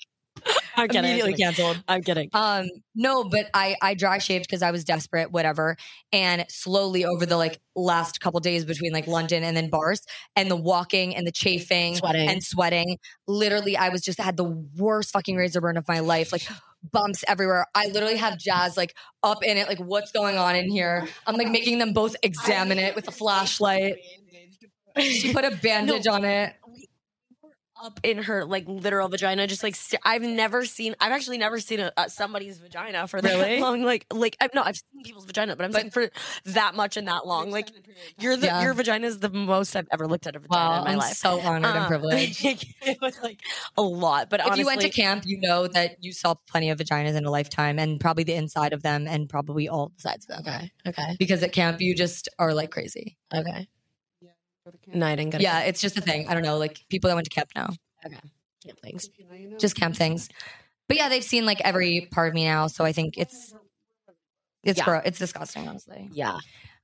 [SPEAKER 1] I'm kidding.
[SPEAKER 2] Immediately
[SPEAKER 1] I'm kidding. canceled. I'm kidding.
[SPEAKER 2] Um, no, but I I dry shaved because I was desperate, whatever. And slowly over the like last couple days between like London and then bars and the walking and the chafing
[SPEAKER 1] Sweating.
[SPEAKER 2] and sweating, literally I was just had the worst fucking razor burn of my life. Like bumps everywhere. I literally have jazz like up in it, like what's going on in here? I'm like making them both examine it with a flashlight. She put a bandage on it.
[SPEAKER 1] Up in her like literal vagina, just like st- I've never seen. I've actually never seen a, a somebody's vagina for that
[SPEAKER 2] Really?
[SPEAKER 1] long. Like, like I've, no, I've seen people's vagina, but I'm saying for that much and that long. Like, you're the
[SPEAKER 2] Yeah.
[SPEAKER 1] your vagina is the most I've ever looked at a vagina
[SPEAKER 2] Wow,
[SPEAKER 1] in my
[SPEAKER 2] I'm
[SPEAKER 1] life.
[SPEAKER 2] so honored and
[SPEAKER 1] Um,
[SPEAKER 2] privileged.
[SPEAKER 1] it was like a lot, but
[SPEAKER 2] if
[SPEAKER 1] honestly,
[SPEAKER 2] you went to camp, you know that you saw plenty of vaginas in a lifetime and probably the inside of them and probably all the sides of them.
[SPEAKER 1] okay, okay,
[SPEAKER 2] Because at camp, you just are like crazy.
[SPEAKER 1] okay. No, I didn't get
[SPEAKER 2] Yeah, it's just a thing. I don't know. Like people that went to camp now,
[SPEAKER 1] it. Thanks.
[SPEAKER 2] just camp things. But yeah, they've seen like every part of me now. So I think it's, it's,
[SPEAKER 1] Yeah.
[SPEAKER 2] gross. it's disgusting, honestly.
[SPEAKER 1] Yeah.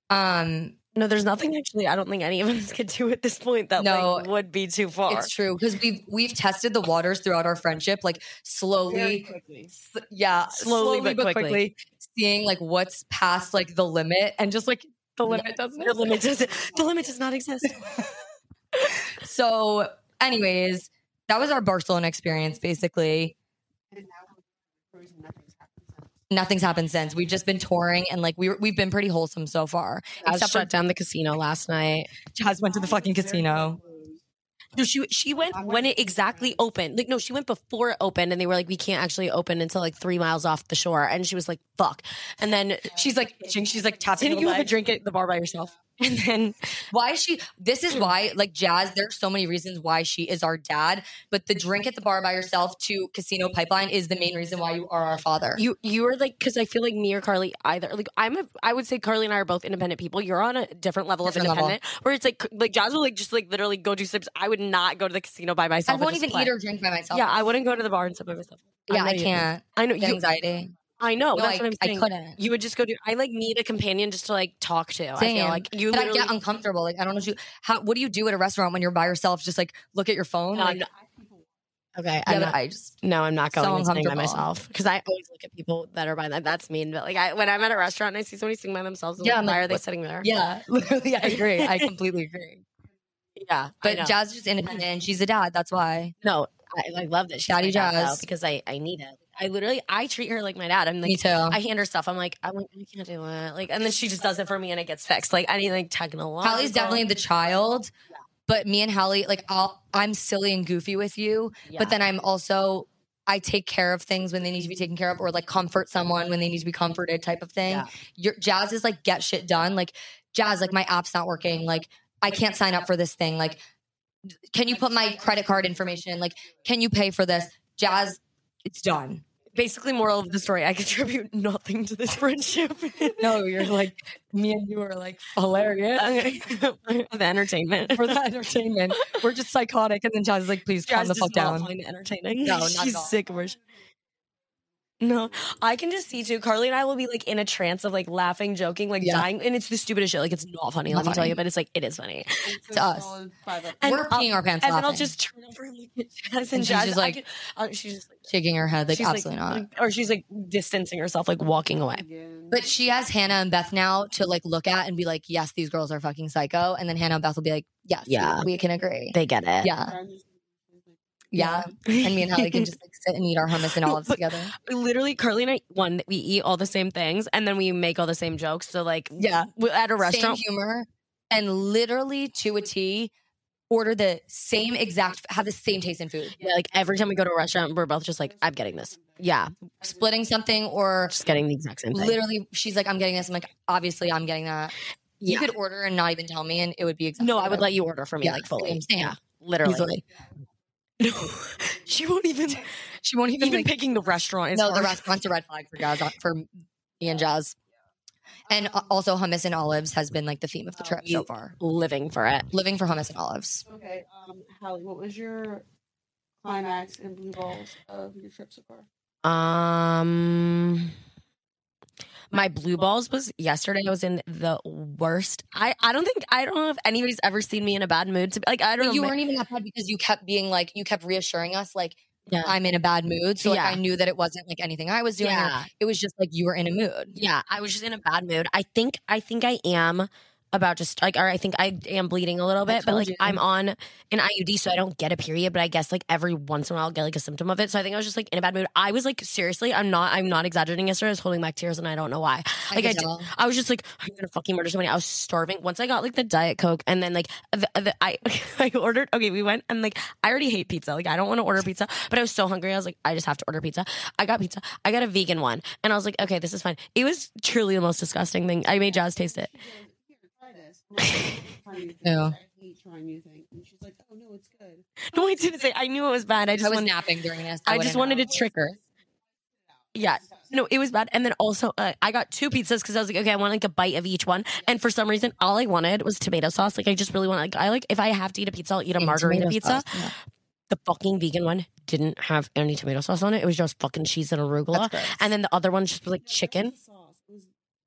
[SPEAKER 2] Um,
[SPEAKER 1] No, there's nothing actually. I don't think any of us could do at this point that
[SPEAKER 2] No,
[SPEAKER 1] like, would be too far.
[SPEAKER 2] it's true. Cause we've, we've tested the waters throughout our friendship, like slowly, s- yeah,
[SPEAKER 1] Slowly but quickly.
[SPEAKER 2] seeing like what's past like the limit and just like the
[SPEAKER 1] No,
[SPEAKER 2] limit doesn't
[SPEAKER 1] the limit doesn't. The limit does not exist.
[SPEAKER 2] So, anyways, that was our Barcelona experience. Basically, nothing's happened since. We've just been touring, and like we were, we've been pretty wholesome so far.
[SPEAKER 1] I
[SPEAKER 2] Except
[SPEAKER 1] shut
[SPEAKER 2] for
[SPEAKER 1] down the casino last night.
[SPEAKER 2] Jazz went to the fucking casino.
[SPEAKER 1] No, she she went
[SPEAKER 3] I'm
[SPEAKER 1] when
[SPEAKER 3] gonna-
[SPEAKER 1] it exactly opened. Like no, she went before it opened, and they were like, we can't actually open until like three miles off the shore. And she was like, fuck. And then
[SPEAKER 2] She's like itching. She's like tapping.
[SPEAKER 1] didn't
[SPEAKER 2] her
[SPEAKER 1] you have a
[SPEAKER 2] leg.
[SPEAKER 1] drink at the bar by yourself? And then
[SPEAKER 2] Why is she? This
[SPEAKER 1] Mm.
[SPEAKER 2] is why, like Jazz. There's so many reasons why she is our dad, but the drink at the bar by yourself to Casino Pipeline is the main reason why you are our father.
[SPEAKER 1] You you are like because I feel like me or Carly either like I'm a I would say Carly and I are both independent people. You're on a different level
[SPEAKER 2] Different
[SPEAKER 1] of
[SPEAKER 2] level.
[SPEAKER 1] independent where it's like like Jazz will like just like literally go do sips. I would not go to the casino by
[SPEAKER 2] I
[SPEAKER 1] myself.
[SPEAKER 2] won't
[SPEAKER 1] and
[SPEAKER 2] even
[SPEAKER 1] just play.
[SPEAKER 2] eat or drink by myself.
[SPEAKER 1] Yeah, I wouldn't go to the bar and sit by myself.
[SPEAKER 2] yeah,
[SPEAKER 1] I'm
[SPEAKER 2] I
[SPEAKER 1] not even-
[SPEAKER 2] can't.
[SPEAKER 1] I know
[SPEAKER 2] The
[SPEAKER 1] you.
[SPEAKER 2] anxiety.
[SPEAKER 1] I know.
[SPEAKER 2] no,
[SPEAKER 1] that's
[SPEAKER 2] I,
[SPEAKER 1] what I'm
[SPEAKER 2] I
[SPEAKER 1] saying.
[SPEAKER 2] couldn't.
[SPEAKER 1] you would just go to. I like need a companion just to like talk to. I feel
[SPEAKER 2] Same.
[SPEAKER 1] like you
[SPEAKER 2] But I
[SPEAKER 1] literally.
[SPEAKER 2] get uncomfortable. Like I don't know if you how what do you do at a restaurant when you're by yourself? Just like look at your phone.
[SPEAKER 1] No,
[SPEAKER 2] Like,
[SPEAKER 1] I'm not- okay,
[SPEAKER 2] yeah,
[SPEAKER 1] I'm
[SPEAKER 2] but
[SPEAKER 1] not-
[SPEAKER 2] I just
[SPEAKER 1] No, I'm not
[SPEAKER 2] So
[SPEAKER 1] going and sitting by
[SPEAKER 2] uncomfortable.
[SPEAKER 1] myself because I always look at people that are by that. That's mean, but like I, when I'm at a restaurant and I see somebody sitting by themselves, I'm
[SPEAKER 2] Yeah,
[SPEAKER 1] like,
[SPEAKER 2] I'm
[SPEAKER 1] why
[SPEAKER 2] like,
[SPEAKER 1] are they
[SPEAKER 2] what-
[SPEAKER 1] sitting there?
[SPEAKER 2] yeah, literally I agree. I completely agree.
[SPEAKER 1] Yeah,
[SPEAKER 2] But Jazz is just independent. She's a dad. That's why.
[SPEAKER 1] no, I, I love that she's
[SPEAKER 2] Daddy
[SPEAKER 1] my dad, though,
[SPEAKER 2] Jazz.
[SPEAKER 1] because I I need it. I literally I treat her like my dad. I'm
[SPEAKER 2] Me
[SPEAKER 1] like
[SPEAKER 2] too.
[SPEAKER 1] I hand her stuff. I'm like I'm like I can't do it. Like and then she just does it for me and it gets fixed. Like I need like technological.
[SPEAKER 2] Hallie's definitely the child, but me and Hallie, like I'll, I'm silly and goofy with you,
[SPEAKER 1] Yeah.
[SPEAKER 2] but then I'm also I take care of things when they need to be taken care of, or like comfort someone when they need to be comforted, type of thing.
[SPEAKER 1] Yeah.
[SPEAKER 2] Your Jazz is like get shit done, like Jazz, like my app's not working, like I can't sign up for this thing, like can you put my credit card information, like can you pay for this, Jazz? It's done.
[SPEAKER 1] basically moral of the story. I contribute nothing to this friendship.
[SPEAKER 2] No, you're like me and you are like hilarious.
[SPEAKER 1] Okay. the entertainment.
[SPEAKER 2] for the entertainment. We're just psychotic. And then Jazz is like, please calm
[SPEAKER 1] Jazz
[SPEAKER 2] the
[SPEAKER 1] does
[SPEAKER 2] fuck
[SPEAKER 1] not
[SPEAKER 2] down.
[SPEAKER 1] find it entertaining.
[SPEAKER 2] No, not
[SPEAKER 1] she's
[SPEAKER 2] at all.
[SPEAKER 1] sick of her. sh- No, I can just see too. Carly and I will be like in a trance of like laughing, joking, like
[SPEAKER 2] Yeah.
[SPEAKER 1] dying, and it's the stupidest shit. Like it's not funny.
[SPEAKER 2] Not
[SPEAKER 1] let me tell
[SPEAKER 2] funny.
[SPEAKER 1] you, but it's like it is funny.
[SPEAKER 2] To us.
[SPEAKER 1] And
[SPEAKER 2] We're
[SPEAKER 1] I'll-
[SPEAKER 2] peeing our pants
[SPEAKER 1] and
[SPEAKER 2] laughing.
[SPEAKER 1] then I'll just turn over and look at Jazz, and,
[SPEAKER 2] And she's
[SPEAKER 1] Jazz
[SPEAKER 2] just
[SPEAKER 1] I
[SPEAKER 2] like-
[SPEAKER 1] can- uh, she's just like,
[SPEAKER 2] shaking her head like,
[SPEAKER 1] she's
[SPEAKER 2] absolutely
[SPEAKER 1] like,
[SPEAKER 2] not.
[SPEAKER 1] like- or she's like distancing herself, like walking away.
[SPEAKER 2] but she has Hannah and Beth now to like look at and be like, yes, these girls are fucking psycho. And then Hannah and Beth will be like, yes,
[SPEAKER 1] Yeah.
[SPEAKER 2] we can agree.
[SPEAKER 1] They get it.
[SPEAKER 2] yeah. Yeah. And me and Hallie can just like sit and eat our hummus and olives
[SPEAKER 1] But-
[SPEAKER 2] together.
[SPEAKER 1] literally Carly and I one we eat all the same things and then we make all the same jokes. So like
[SPEAKER 2] Yeah.
[SPEAKER 1] we- at a restaurant.
[SPEAKER 2] Same humor. And literally to a T, order the same exact, have the same taste in food.
[SPEAKER 1] Yeah, like every time we go to a restaurant, we're both just like, I'm getting this. Yeah,
[SPEAKER 2] Splitting something or
[SPEAKER 1] just getting the exact same thing.
[SPEAKER 2] literally she's like i'm getting this i'm like obviously i'm getting that
[SPEAKER 1] Yeah.
[SPEAKER 2] you could order and not even tell me and it would be exactly
[SPEAKER 1] no, I would
[SPEAKER 2] what
[SPEAKER 1] let you order for me
[SPEAKER 2] Yeah,
[SPEAKER 1] like
[SPEAKER 2] same,
[SPEAKER 1] fully.
[SPEAKER 2] same.
[SPEAKER 1] Yeah, literally.
[SPEAKER 2] easily
[SPEAKER 1] No, she won't even.
[SPEAKER 2] she won't even,
[SPEAKER 1] Even
[SPEAKER 2] like,
[SPEAKER 1] picking the restaurant is
[SPEAKER 2] no the
[SPEAKER 1] hard.
[SPEAKER 2] restaurant's a red flag for jazz for me and jazz and uh, also hummus and olives has been like the theme of the trip so
[SPEAKER 1] You-
[SPEAKER 2] far
[SPEAKER 1] Living for it.
[SPEAKER 2] living for hummus and olives
[SPEAKER 4] Okay, um, Hallie, what was your climax and blue balls of your trip so far?
[SPEAKER 1] Um. My blue balls was yesterday. I was in the worst. I, I don't think I don't know if anybody's ever seen me in a bad mood. To like I don't
[SPEAKER 2] But
[SPEAKER 1] know.
[SPEAKER 2] you
[SPEAKER 1] ma-
[SPEAKER 2] weren't even that bad because you kept being like you kept reassuring us like
[SPEAKER 1] Yeah.
[SPEAKER 2] i'm in a bad mood so like
[SPEAKER 1] Yeah.
[SPEAKER 2] i knew that it wasn't like anything i was doing or-
[SPEAKER 1] yeah.
[SPEAKER 2] it was just like you were in a mood
[SPEAKER 1] yeah i was just in a bad mood i think i think i am about just like or i think i am bleeding a little bit but
[SPEAKER 2] told
[SPEAKER 1] like
[SPEAKER 2] you.
[SPEAKER 1] i'm on an iud so i don't get a period but i guess like every once in a while i'll get like a symptom of it so i think i was just like in a bad mood i was like seriously i'm not i'm not exaggerating yesterday i was holding back tears and i don't know why Like,
[SPEAKER 2] could
[SPEAKER 1] I d-
[SPEAKER 2] tell.
[SPEAKER 1] i was just like i'm gonna fucking murder somebody i was starving once i got like the diet coke and then like the, the, i i ordered okay we went and like i already hate pizza like i don't want to order pizza but i was so hungry i was like i just have to order pizza i got pizza i got a vegan one and i was like okay this is fine it was truly the most disgusting thing i made jazz taste it
[SPEAKER 2] Yeah.
[SPEAKER 4] I hate trying new things. And she's like, oh no, it's good.
[SPEAKER 1] No, I didn't say. I knew it was bad. I
[SPEAKER 2] i
[SPEAKER 1] just
[SPEAKER 2] was
[SPEAKER 1] wanted.
[SPEAKER 2] napping during this
[SPEAKER 1] I just
[SPEAKER 2] wouldn't
[SPEAKER 1] wanted
[SPEAKER 2] know.
[SPEAKER 1] to trick her. Yeah. No, it was bad. And then also, uh, I got two pizzas because I was like, okay, I want like a bite of each one. And for some reason, all I wanted was tomato sauce. Like, I just really want. Like, I like if I have to eat a pizza, I'll eat a
[SPEAKER 2] And
[SPEAKER 1] margarita
[SPEAKER 2] tomato
[SPEAKER 1] pizza.
[SPEAKER 2] sauce, yeah.
[SPEAKER 1] The fucking vegan one didn't have any tomato sauce on it. It was just fucking cheese and arugula.
[SPEAKER 2] That's gross.
[SPEAKER 1] And then the other one just was like chicken.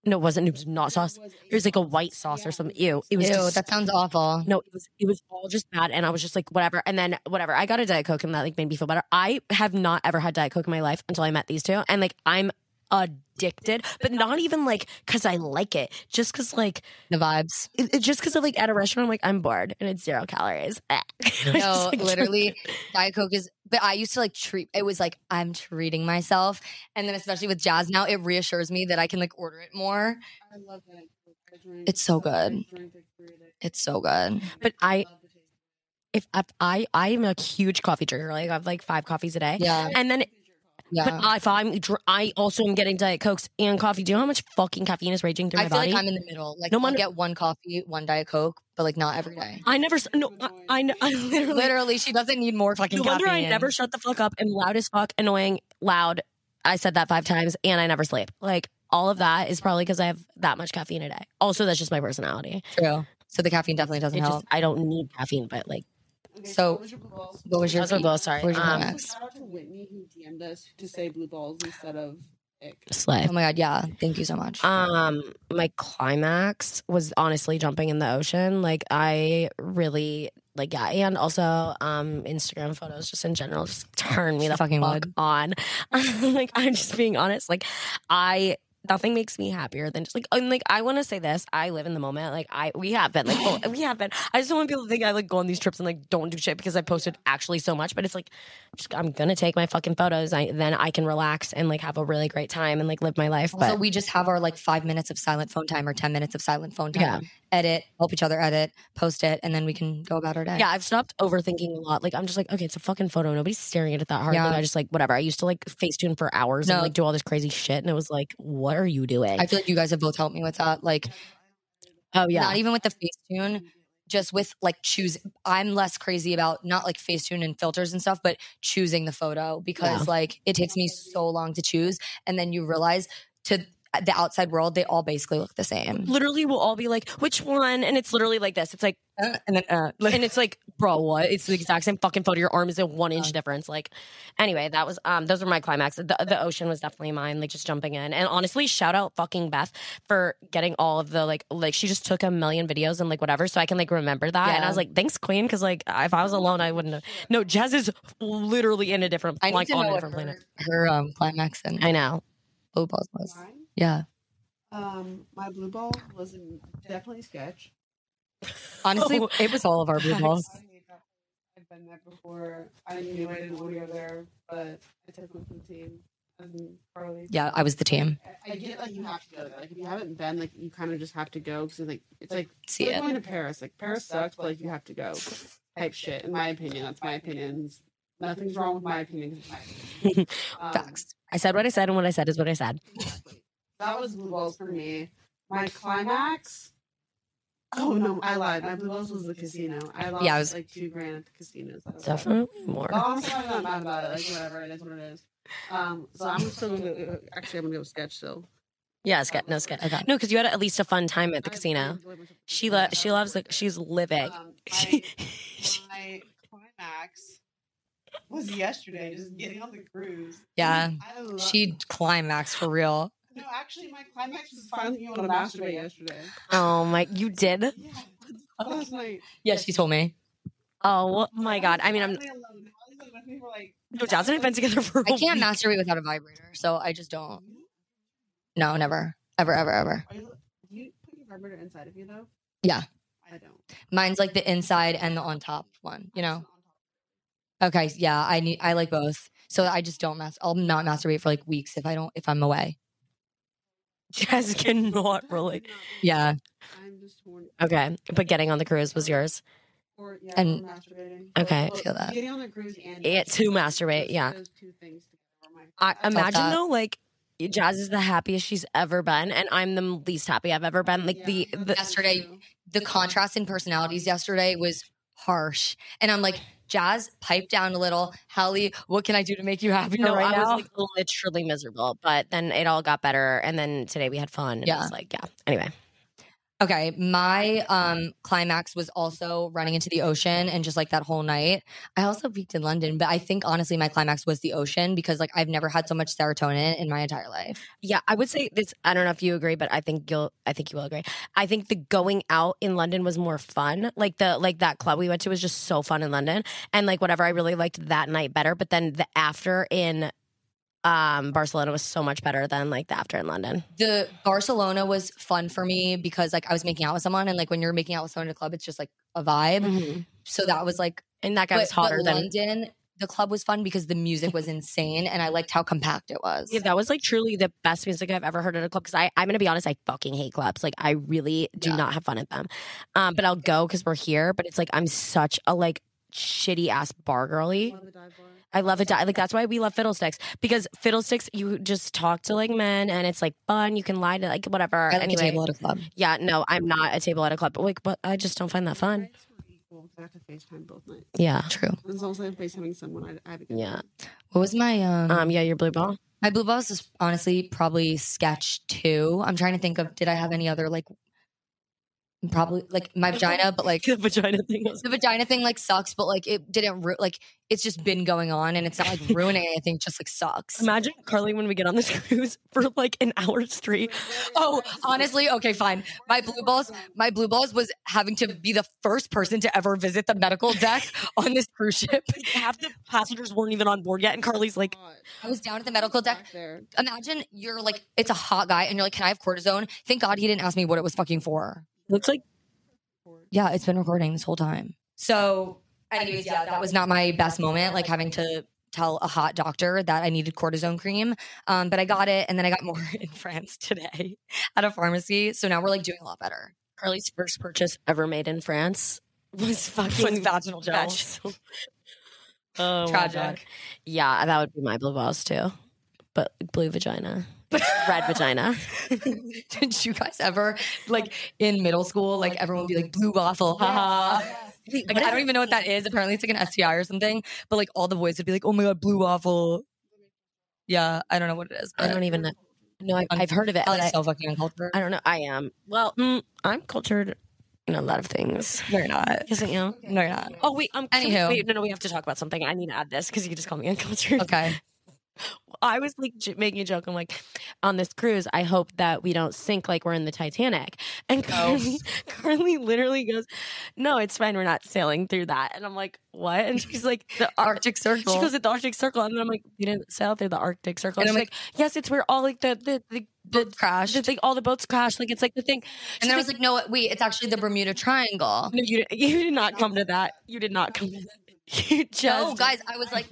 [SPEAKER 1] No, it wasn't. It was not sauce. It was like a white sauce or something. Ew. It was
[SPEAKER 2] Ew,
[SPEAKER 1] just
[SPEAKER 2] that sounds awful.
[SPEAKER 1] No, it was it was all just bad, and I was just like whatever. And then whatever, I got a diet coke, and that like made me feel better. I have not ever had diet coke in my life until I met these two, and like I'm addicted, but not even like because I like it, just because like
[SPEAKER 2] The vibes.
[SPEAKER 1] it, it- just because of like at a restaurant, I'm like I'm bored and it's zero calories. Eh. And I just,
[SPEAKER 2] No,
[SPEAKER 1] like,
[SPEAKER 2] literally, Diet Coke is. But I used to like treat. It was like I'm treating myself, and then especially with jazz now, it reassures me that I can like order it more.
[SPEAKER 4] I love that. I drink-
[SPEAKER 2] It's so
[SPEAKER 4] I
[SPEAKER 2] good.
[SPEAKER 4] drink it through it.
[SPEAKER 2] It's so good.
[SPEAKER 1] But I
[SPEAKER 4] love the taste.
[SPEAKER 1] if I, I I'm a huge coffee drinker, like I have like five coffees a day,
[SPEAKER 2] Yeah,
[SPEAKER 1] and then
[SPEAKER 2] yeah.
[SPEAKER 1] but if I'm dr- I also am getting diet cokes and coffee. Do you know how much fucking caffeine is raging through
[SPEAKER 2] I
[SPEAKER 1] my
[SPEAKER 2] feel
[SPEAKER 1] body?
[SPEAKER 2] like I'm in the middle. Like
[SPEAKER 1] No
[SPEAKER 2] I'll
[SPEAKER 1] wonder-
[SPEAKER 2] get one coffee, one Diet Coke, but like not every day.
[SPEAKER 1] I never s- no I I, n- I literally
[SPEAKER 2] Literally, she doesn't need more fucking
[SPEAKER 1] No wonder
[SPEAKER 2] caffeine.
[SPEAKER 1] I never shut the fuck up and loud as fuck, annoying, loud. I said that five times and I never sleep. Like all of that is probably because I have that much caffeine a day. Also, that's just my personality.
[SPEAKER 2] True. So the caffeine definitely doesn't
[SPEAKER 1] It
[SPEAKER 2] help.
[SPEAKER 1] just I don't need caffeine, but like
[SPEAKER 4] Okay,
[SPEAKER 2] So-
[SPEAKER 4] what was your blue balls?
[SPEAKER 2] what was your?
[SPEAKER 1] That's what
[SPEAKER 2] feed-
[SPEAKER 1] goes- sorry.
[SPEAKER 2] what was your
[SPEAKER 1] Um,
[SPEAKER 2] climax?
[SPEAKER 4] Shout out to Whitney who DM'd us to say blue balls instead of ick.
[SPEAKER 1] slay.
[SPEAKER 2] Oh my god! Yeah, thank you so much.
[SPEAKER 1] Um, my climax was honestly jumping in the ocean. Like I really like yeah, and also um Instagram photos just in general just turn me the
[SPEAKER 2] Fucking
[SPEAKER 1] fucking fuck
[SPEAKER 2] would.
[SPEAKER 1] on. like I'm just being honest. Like I nothing makes me happier than just like and like I want to say this. I live in the moment. Like I we have been like oh, we have been. I just don't want people to think I like go on these trips and like don't do shit because I posted actually so much. But it's like just, I'm gonna take my fucking photos. I then I can relax and like have a really great time and like live my life.
[SPEAKER 2] So
[SPEAKER 1] But
[SPEAKER 2] we just have our like five minutes of silent phone time or 10 minutes of silent phone time.
[SPEAKER 1] Yeah.
[SPEAKER 2] Edit, help each other edit, post it, and then we can go about our day.
[SPEAKER 1] yeah, I've stopped overthinking a lot. Like I'm just like okay, it's a fucking photo. Nobody's staring at it that hard.
[SPEAKER 2] Yeah.
[SPEAKER 1] Like, I just like whatever. I used to like Facetune for hours
[SPEAKER 2] No.
[SPEAKER 1] and like do all this crazy shit, and it was like, what are you doing?
[SPEAKER 2] I feel like you guys have both helped me with that. Like,
[SPEAKER 1] oh yeah,
[SPEAKER 2] not even with the Facetune, just with like choose. I'm less crazy about not like Facetune and filters and stuff, but choosing the photo because
[SPEAKER 1] Yeah.
[SPEAKER 2] like it takes me so long to choose, and then you realize to the outside world they all basically look the same.
[SPEAKER 1] literally will all be like, which one? And it's literally like this. It's like,
[SPEAKER 2] Uh, and then uh,
[SPEAKER 1] and it's like, bro, what? It's the exact same fucking photo. Your arm is a one inch difference. Like, anyway, that was um, those were my climax. The, the ocean was definitely mine. Like just jumping in, and honestly, shout out fucking Beth for getting all of the like, like she just took a million videos and like whatever, so I can like remember that. And
[SPEAKER 2] Yeah.
[SPEAKER 1] I was like, thanks, Queen, because like if I was alone, I wouldn't have. No, Jazz is literally in a different,
[SPEAKER 2] I need
[SPEAKER 1] like
[SPEAKER 2] to
[SPEAKER 1] on a
[SPEAKER 2] know what
[SPEAKER 1] different
[SPEAKER 2] her,
[SPEAKER 1] planet.
[SPEAKER 2] her um, climax and
[SPEAKER 1] I know.
[SPEAKER 2] blue balls was.
[SPEAKER 4] Mine,
[SPEAKER 2] Yeah,
[SPEAKER 4] um, my blue ball was in- definitely sketch.
[SPEAKER 2] honestly,
[SPEAKER 1] Oh.
[SPEAKER 2] it was all of our blue balls.
[SPEAKER 4] I hate that. I've been there before. I knew I didn't want to go there, but I took one from the team. And Carly.
[SPEAKER 2] Yeah, I was the team.
[SPEAKER 4] I- I get like you have to go there. Like if you haven't been, like you kind of just have to go because like it's like
[SPEAKER 2] See
[SPEAKER 4] like
[SPEAKER 2] it.
[SPEAKER 4] going to Paris. Like Paris sucks, but like you have to go. Type shit. In my opinion, that's my opinion. Nothing's wrong with my opinion. 'cause it's my opinion. Um,
[SPEAKER 2] Facts.
[SPEAKER 1] I said what I said, and what I said is what I said.
[SPEAKER 4] Exactly. That was blue balls for me. My climax. Oh no, I lied. My blue balls was the casino. I lost
[SPEAKER 2] Yeah, I was-
[SPEAKER 4] like two grand at the casinos. That was bad.
[SPEAKER 1] Definitely more.
[SPEAKER 4] But
[SPEAKER 2] Oh
[SPEAKER 4] honestly, I'm not mad about it. Like whatever, it is what it is. Um, so I'm still gonna actually I'm gonna go sketch still.
[SPEAKER 1] Yeah, sketch. No sketch.
[SPEAKER 2] Okay.
[SPEAKER 1] No, because you had at least a fun time at the casino. She lo- she loves like she's living.
[SPEAKER 4] Um,
[SPEAKER 1] She,
[SPEAKER 4] my climax was yesterday, just getting on the cruise.
[SPEAKER 2] Yeah,
[SPEAKER 4] I love,
[SPEAKER 2] she climaxed for real.
[SPEAKER 4] no, actually, my climax was finally you want to masturbate yesterday.
[SPEAKER 1] oh my, you did.
[SPEAKER 4] Yeah, last night.
[SPEAKER 2] Yeah, she told me.
[SPEAKER 1] Oh my god. I mean, I'm
[SPEAKER 4] Finally alone. Finally alone. We were like,
[SPEAKER 1] no Jazz and I've been together for. a
[SPEAKER 2] I can't
[SPEAKER 1] week.
[SPEAKER 2] masturbate without a vibrator, so I just don't. No, never, ever, ever, ever.
[SPEAKER 4] Are you, do you put your vibrator inside of you though?
[SPEAKER 2] Yeah.
[SPEAKER 4] I don't.
[SPEAKER 2] Mine's like the inside and the on top one, you know. Okay, yeah, I need. I like both, so I just don't mess. I'll not masturbate for like weeks if I don't. If I'm away,
[SPEAKER 1] Jazz cannot relate.
[SPEAKER 2] yeah.
[SPEAKER 4] I'm just horny.
[SPEAKER 1] Okay, but getting on the cruise was yours.
[SPEAKER 4] Or, yeah,
[SPEAKER 2] And-
[SPEAKER 4] and masturbating.
[SPEAKER 1] Okay.
[SPEAKER 4] Well,
[SPEAKER 2] Feel that.
[SPEAKER 4] Getting on the cruise and
[SPEAKER 1] Yeah, to masturbate,
[SPEAKER 4] Those-
[SPEAKER 1] yeah.
[SPEAKER 4] Those two things together were my-
[SPEAKER 1] I
[SPEAKER 4] that's-
[SPEAKER 1] imagine
[SPEAKER 2] that.
[SPEAKER 1] though, like Jazz is the happiest she's ever been, and I'm the least happy I've ever been. Like the,
[SPEAKER 4] Yeah,
[SPEAKER 1] the
[SPEAKER 4] that's
[SPEAKER 2] Yesterday-
[SPEAKER 4] true.
[SPEAKER 2] The contrast in personalities yesterday was harsh, and I'm like, Jazz, pipe down a little. Hallie, what can I do to make you happier
[SPEAKER 1] no,
[SPEAKER 2] right
[SPEAKER 1] I
[SPEAKER 2] now?
[SPEAKER 1] was like literally miserable. But then it all got better, and then today we had fun. And yeah,
[SPEAKER 2] Yeah.
[SPEAKER 1] it was like yeah. Anyway,
[SPEAKER 2] Okay, my um climax was also running into the ocean and just like that whole night. I also peaked in London, but I think honestly my climax was the ocean because like I've never had so much serotonin in my entire life.
[SPEAKER 1] Yeah, I would say this. I don't know if you agree, but I think you'll. I think you will agree. I think the going out in London was more fun. Like the like that club we went to was just so fun in London, and like whatever. I really liked that night better, but then the after in um Barcelona was so much better than like the after in London.
[SPEAKER 2] The Barcelona was fun for me because like I was making out with someone and like when you're making out with someone at a club it's just like a vibe. So that was like
[SPEAKER 1] And Mm-hmm. that guy
[SPEAKER 2] but,
[SPEAKER 1] was hotter
[SPEAKER 2] but
[SPEAKER 1] than.
[SPEAKER 2] London. The club was fun because the music was insane and I liked how compact it was.
[SPEAKER 1] Yeah, that was like truly the best music I've ever heard at a club. Because I, I'm gonna be honest, I fucking hate clubs. Like I really do
[SPEAKER 2] Yeah.
[SPEAKER 1] not have fun at them. Um, but I'll go because we're here. But it's like I'm such a like shitty ass bar girly.
[SPEAKER 4] Love the dive bar.
[SPEAKER 1] I love it. Like that's why we love fiddlesticks because fiddlesticks, you just talk to like men and it's like fun. You can lie to like whatever.
[SPEAKER 2] I like
[SPEAKER 1] anyway,
[SPEAKER 2] a table at a club.
[SPEAKER 1] yeah, no, I'm not a table at a club, but like, but I just don't find that fun.
[SPEAKER 4] Nights were equal, 'cause I have to FaceTime both nights.
[SPEAKER 1] Yeah,
[SPEAKER 2] True.
[SPEAKER 4] And it's also FaceTiming someone. I, I have a good
[SPEAKER 1] yeah.
[SPEAKER 4] time.
[SPEAKER 2] What was my um
[SPEAKER 1] Um, yeah, your blue ball.
[SPEAKER 2] My blue balls is honestly probably sketch two. I'm trying to think of did I have any other like probably like my vagina, but like
[SPEAKER 1] the vagina thing. Was-
[SPEAKER 2] the vagina thing like sucks, but like it didn't ru- like it's just been going on and it's not like ruining anything, it just like sucks.
[SPEAKER 1] Imagine Carly when we get on this cruise for like an hour straight.
[SPEAKER 2] Oh, honestly, okay, fine. My blue balls, my blue balls was having to be the first person to ever visit the medical deck on this cruise ship.
[SPEAKER 1] Half the passengers weren't even on board yet, and Carly's like,
[SPEAKER 2] I was down at the medical deck.
[SPEAKER 4] there.
[SPEAKER 2] Imagine you're like, it's a hot guy, and you're like, "Can I have cortisone?" Thank God he didn't ask me what it was fucking for.
[SPEAKER 1] "Looks like
[SPEAKER 2] Yeah, it's been recording this whole time. So, anyways, yeah, that was not my best moment, like having to tell a hot doctor that I needed cortisone cream. Um, but I got it, and then I got more in France today at a pharmacy. So now we're like doing a lot better.
[SPEAKER 1] Carly's first purchase ever made in France was
[SPEAKER 2] Was
[SPEAKER 1] fucking
[SPEAKER 2] vaginal gel.
[SPEAKER 1] vaginal. oh, my God.
[SPEAKER 2] Tragic.
[SPEAKER 1] Yeah, that would be my blue balls too, but blue vagina, red vagina.
[SPEAKER 2] Did you guys ever like in middle school? Like everyone would be like blue waffle, haha. Like, I don't even know what that is. Apparently, it's like an STI or something. But like all the boys would be like, "Oh my god, blue waffle." Yeah, I don't know what it is.
[SPEAKER 1] I
[SPEAKER 2] but
[SPEAKER 1] don't even know. No, I,
[SPEAKER 2] Un-
[SPEAKER 1] I've heard of it. but
[SPEAKER 2] Ellie's
[SPEAKER 1] I,
[SPEAKER 2] Oh, so fucking uncultured.
[SPEAKER 1] I don't know. I am. Well, mm, I'm cultured in a lot of things.
[SPEAKER 2] No, you're not.
[SPEAKER 1] Yes, I am.
[SPEAKER 2] No, you're not.
[SPEAKER 1] Oh wait, um, can we-
[SPEAKER 2] Anywho.
[SPEAKER 1] wait, no, no, we have to talk about something. I need to add this because you just called me uncultured.
[SPEAKER 2] Okay.
[SPEAKER 1] I was like j- making a joke. I'm like, on this cruise, I hope that we don't sink like we're in the Titanic. And Carly, Carly literally goes, "No, it's fine. We're not sailing through that." And I'm like, "What?" And she's like, "The Arctic."
[SPEAKER 2] Arctic
[SPEAKER 1] She
[SPEAKER 2] Circle.
[SPEAKER 1] goes at the Arctic Circle, and then I'm like, "You didn't sail through the Arctic Circle."
[SPEAKER 2] And
[SPEAKER 1] And she's
[SPEAKER 2] I'm
[SPEAKER 1] like, "Yes, it's where all like the the the, the
[SPEAKER 2] crashed.
[SPEAKER 1] the thing, all the boats crashed. Like it's like the thing."
[SPEAKER 2] and then I was like, no, wait, it's actually the Bermuda Triangle.
[SPEAKER 1] No, you did, you did not come to that. You did not come to that. You just
[SPEAKER 2] No, guys, I was like,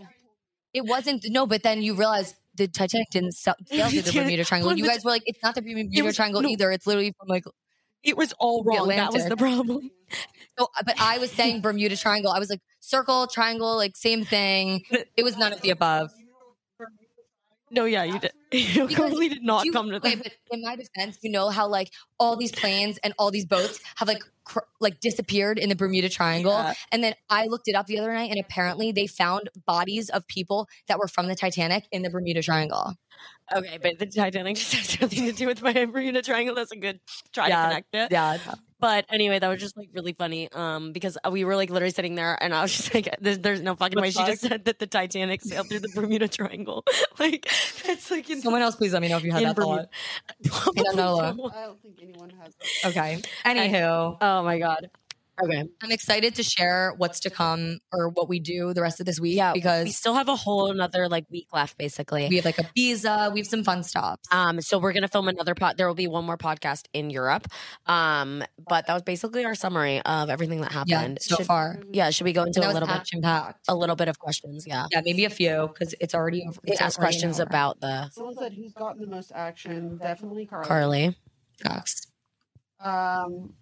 [SPEAKER 2] it wasn't. No, but then you realize the Titanic didn't sell, sail through the
[SPEAKER 1] Yeah,
[SPEAKER 2] Bermuda Triangle.
[SPEAKER 1] well,
[SPEAKER 2] You
[SPEAKER 1] the-
[SPEAKER 2] guys were like, it's not the Bermuda
[SPEAKER 1] was-
[SPEAKER 2] Triangle
[SPEAKER 1] no.
[SPEAKER 2] either. It's literally from like.
[SPEAKER 1] it was all
[SPEAKER 2] The
[SPEAKER 1] wrong. That was the
[SPEAKER 2] Atlantic.
[SPEAKER 1] problem.
[SPEAKER 2] So, but I was saying Bermuda Triangle. I was like circle, triangle, like same thing. It was none of the above.
[SPEAKER 1] No, yeah, you did. You
[SPEAKER 2] Because
[SPEAKER 1] completely did not
[SPEAKER 2] You-
[SPEAKER 1] come to
[SPEAKER 2] okay,
[SPEAKER 1] that.
[SPEAKER 2] but in my defense, you know how like all these planes and all these boats have like cr- like disappeared in the Bermuda Triangle,
[SPEAKER 1] Yeah.
[SPEAKER 2] and then I looked it up the other night, and apparently they found bodies of people that were from the Titanic in the Bermuda Triangle.
[SPEAKER 1] Okay, but the Titanic just has nothing to do with my Bermuda Triangle. That's a good try
[SPEAKER 2] Yeah.
[SPEAKER 1] to connect it.
[SPEAKER 2] Yeah,
[SPEAKER 1] But anyway, that was just like really funny um, because we were like literally sitting there, and I was just like, "There's, there's no fucking
[SPEAKER 2] The
[SPEAKER 1] way."
[SPEAKER 2] fuck?
[SPEAKER 1] She just said that the Titanic sailed through the Bermuda Triangle. like that's like in,
[SPEAKER 2] someone else, please let me know if you had
[SPEAKER 1] in
[SPEAKER 2] that
[SPEAKER 1] Bermuda.
[SPEAKER 2] thought. Yeah, no, uh,
[SPEAKER 4] I don't think anyone has.
[SPEAKER 2] Okay. Anywho,
[SPEAKER 1] oh my god. Okay.
[SPEAKER 2] I'm excited to share what's to come or what we do the rest of this week
[SPEAKER 1] Yeah, we
[SPEAKER 2] because
[SPEAKER 1] still have a whole another like week left, basically.
[SPEAKER 2] we have like a visa, we have some fun stops.
[SPEAKER 1] Um, so we're gonna film another pod. There will be one more podcast in Europe. Um, but that was basically our summary of everything that
[SPEAKER 2] yeah,
[SPEAKER 1] happened.
[SPEAKER 2] so
[SPEAKER 1] should,
[SPEAKER 2] far.
[SPEAKER 1] yeah, should we go into
[SPEAKER 2] And that
[SPEAKER 1] a
[SPEAKER 2] was
[SPEAKER 1] little bit,
[SPEAKER 2] action packed.
[SPEAKER 1] a little bit of questions? Yeah,
[SPEAKER 2] Yeah, maybe a few because it's already over.
[SPEAKER 1] we
[SPEAKER 2] it's
[SPEAKER 1] ask
[SPEAKER 2] already
[SPEAKER 1] questions
[SPEAKER 2] an hour.
[SPEAKER 1] about the
[SPEAKER 4] Someone said who's gotten the most action? Definitely Carly.
[SPEAKER 1] Carly.
[SPEAKER 2] Facts.
[SPEAKER 4] Um,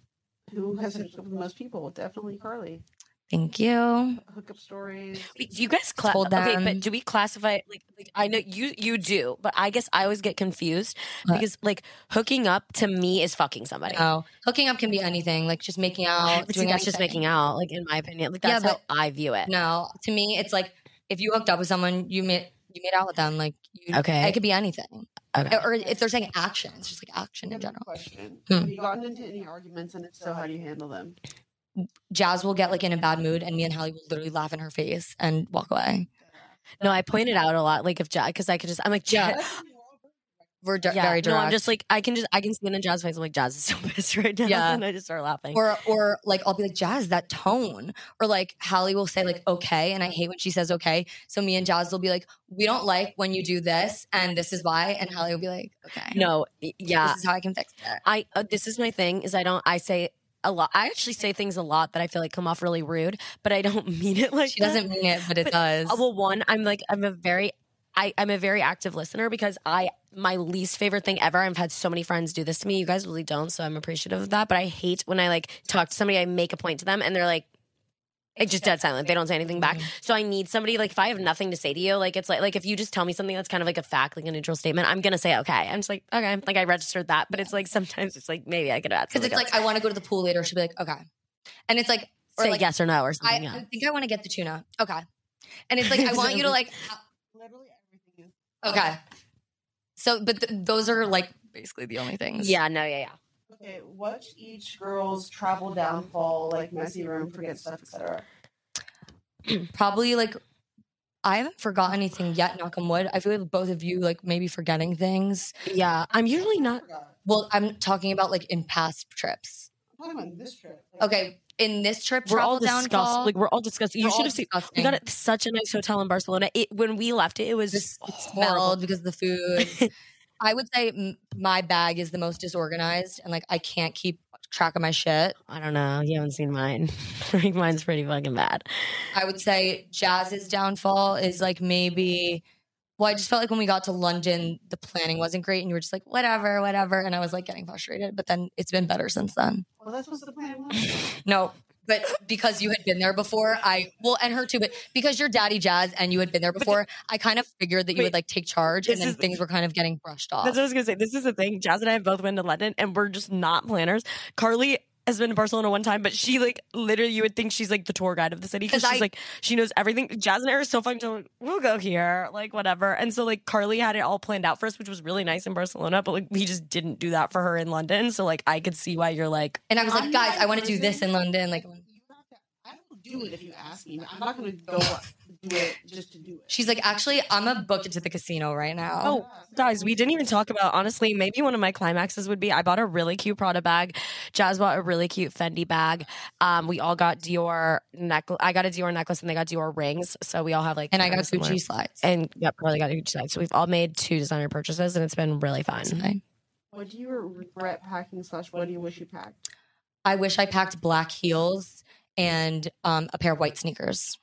[SPEAKER 4] who has hooked up with the most people? Definitely Carly.
[SPEAKER 2] Thank you.
[SPEAKER 4] Hookup stories.
[SPEAKER 1] Wait, do you guys class?
[SPEAKER 2] Told
[SPEAKER 1] Okay,
[SPEAKER 2] them.
[SPEAKER 1] but do we classify? Like, like I know you you do, but I guess I always get confused
[SPEAKER 2] What?
[SPEAKER 1] because like hooking up to me is fucking somebody.
[SPEAKER 2] Oh, hooking up can be anything, like just making out,
[SPEAKER 1] But see,
[SPEAKER 2] doing
[SPEAKER 1] that's just
[SPEAKER 2] anything.
[SPEAKER 1] making out, like in my opinion. Like
[SPEAKER 2] Yeah,
[SPEAKER 1] that's
[SPEAKER 2] but-
[SPEAKER 1] how I view it.
[SPEAKER 2] No, to me, it's like if you hooked up with someone, you made you made out with them, like you,
[SPEAKER 1] Okay.
[SPEAKER 2] It could be anything,
[SPEAKER 1] Okay.
[SPEAKER 2] or if they're saying action, it's just like action in general.
[SPEAKER 4] Question.
[SPEAKER 2] Hmm.
[SPEAKER 4] Have you gotten into any arguments? And if so, how do you handle them?
[SPEAKER 2] Jazz will get like in a bad mood, and me and Hallie will literally laugh in her face and walk away.
[SPEAKER 1] No, I pointed out a lot, like if Jack, because I could just, I'm like, Jack,
[SPEAKER 2] Yeah. We're di-
[SPEAKER 1] Yeah.
[SPEAKER 2] very direct.
[SPEAKER 1] No, I'm just like I can just I can see it in Jazz's face. I'm like Jazz is so pissed right now,
[SPEAKER 2] Yeah.
[SPEAKER 1] and I just start laughing.
[SPEAKER 2] or or like I'll be like Jazz that tone or like Hallie will say like okay and I hate when she says okay so me and Jazz will be like we don't like when you do this and this is why and Hallie will be like okay
[SPEAKER 1] no, y- yeah,
[SPEAKER 2] this is how I can fix it
[SPEAKER 1] I uh, this is my thing is I don't I say a lot. I actually say things a lot that I feel like come off really rude, but I don't mean it like
[SPEAKER 2] she
[SPEAKER 1] that.
[SPEAKER 2] doesn't mean it but it
[SPEAKER 1] But-
[SPEAKER 2] does
[SPEAKER 1] Uh, well, one, I'm like I'm a very I, I'm a very active listener because I my least favorite thing ever. I've had so many friends do this to me. You guys really don't, so I'm appreciative of that. But I hate when I like talk to somebody, I make a point to them, and they're like, it's just dead silent. They don't say anything back.
[SPEAKER 2] Mhm.
[SPEAKER 1] So I need somebody like if I have nothing to say to you, like it's like like if you just tell me something that's kind of like a fact, like a neutral statement, I'm gonna say okay. I'm just like okay, like I registered that, but it's like sometimes it's like maybe I could add
[SPEAKER 2] because
[SPEAKER 1] something
[SPEAKER 2] it's like I want to go to the pool later she'll be like okay and it's like
[SPEAKER 1] else. say
[SPEAKER 2] like,
[SPEAKER 1] yes or no or
[SPEAKER 2] I,
[SPEAKER 1] something. yeah.
[SPEAKER 2] I uh, think I want to get the tuna okay and it's like I want you to like uh,
[SPEAKER 4] Literally everything is.
[SPEAKER 2] okay so but th- those are like basically the only things
[SPEAKER 1] Yeah, no, yeah, yeah.
[SPEAKER 4] Okay, watch each girl's travel downfall, like messy room, forget stuff, etc.
[SPEAKER 2] Probably like I haven't forgotten anything yet, knock on wood. I feel like both of you like maybe forgetting things.
[SPEAKER 1] Yeah, I'm usually
[SPEAKER 4] I
[SPEAKER 1] not.
[SPEAKER 4] forgot.
[SPEAKER 2] Well, I'm talking about like in past trips.
[SPEAKER 4] I'm talking about this trip. Like,
[SPEAKER 2] Okay. In this trip,
[SPEAKER 1] We're
[SPEAKER 2] travel
[SPEAKER 1] all discussed.
[SPEAKER 2] downfall.
[SPEAKER 1] Like we're all discussed. You
[SPEAKER 2] we're all
[SPEAKER 1] should have seen. We
[SPEAKER 2] discussing
[SPEAKER 1] got at such a nice hotel in Barcelona. It when we left it, it was
[SPEAKER 2] the s- it
[SPEAKER 1] horrible.
[SPEAKER 2] smelled because of the food. I would say m- my bag is the most disorganized, and like I can't keep track of my shit.
[SPEAKER 1] I don't know. You haven't seen mine. Like, Mine's pretty fucking bad.
[SPEAKER 2] I would say Jazz's downfall is like maybe. Well, I just felt like when we got to London, the planning wasn't great, and you were just like, whatever, whatever. And I was like getting frustrated, but then it's been better since then.
[SPEAKER 4] Well, that's what's the plan. was.
[SPEAKER 2] No, but because you had been there before, I, well, and her too, but because you're daddy Jazz and you had been there before, I kind of figured that you
[SPEAKER 1] wait,
[SPEAKER 2] would like take charge, and
[SPEAKER 1] this
[SPEAKER 2] then
[SPEAKER 1] is-
[SPEAKER 2] things were kind of getting brushed off.
[SPEAKER 1] That's what I was gonna say. This is the thing. Jazz and I have both been to London, and we're just not planners. Carly has been to Barcelona one time, but she like literally you would think she's like the tour guide of the city because
[SPEAKER 2] 'Cause
[SPEAKER 1] she's
[SPEAKER 2] I-
[SPEAKER 1] like she knows everything. Jazz and I are so fucking like, we'll go here, like whatever. And so like Carly had it all planned out for us, which was really nice in Barcelona, but like we just didn't do that for her in London. So like I could see why you're like
[SPEAKER 2] And I was like,
[SPEAKER 4] I'm
[SPEAKER 2] guys,
[SPEAKER 4] not
[SPEAKER 2] I want to do
[SPEAKER 4] losing.
[SPEAKER 2] this in London. Like,
[SPEAKER 4] You have to- I will do it if you ask me. but I'm not going to go do it just to do it.
[SPEAKER 2] she's like, actually, I'm a booked to the casino right now.
[SPEAKER 1] Oh, Guys, we didn't even talk about honestly. Maybe one of my climaxes would be I bought a really cute Prada bag. Jazz bought a really cute Fendi bag. Um, we all got Dior necklace. I got a Dior necklace and they got Dior rings. So we all have like
[SPEAKER 2] and I
[SPEAKER 1] kind
[SPEAKER 2] got
[SPEAKER 1] of similar-
[SPEAKER 2] Gucci slides.
[SPEAKER 1] And yep, Carly got a Gucci bag. So we've all made two designer purchases and it's been really fun.
[SPEAKER 2] Sunday.
[SPEAKER 4] What do you regret packing? Slash, what do you wish you packed?
[SPEAKER 2] I wish I packed black heels and um, a pair of white sneakers.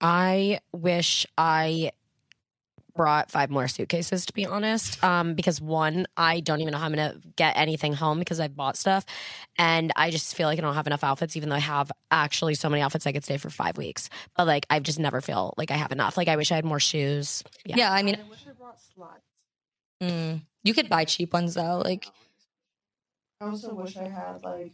[SPEAKER 1] I wish I brought five more suitcases to be honest um because one I don't even know how I'm going to get anything home because I bought stuff and I just feel like I don't have enough outfits even though I have actually so many outfits I could stay for 5 weeks but like I just never feel like I have enough like I wish I had more shoes
[SPEAKER 2] Yeah,
[SPEAKER 1] Yeah.
[SPEAKER 2] I mean,
[SPEAKER 4] I wish I brought slides.
[SPEAKER 2] mm, you could buy cheap ones though. Like,
[SPEAKER 4] I also wish I had like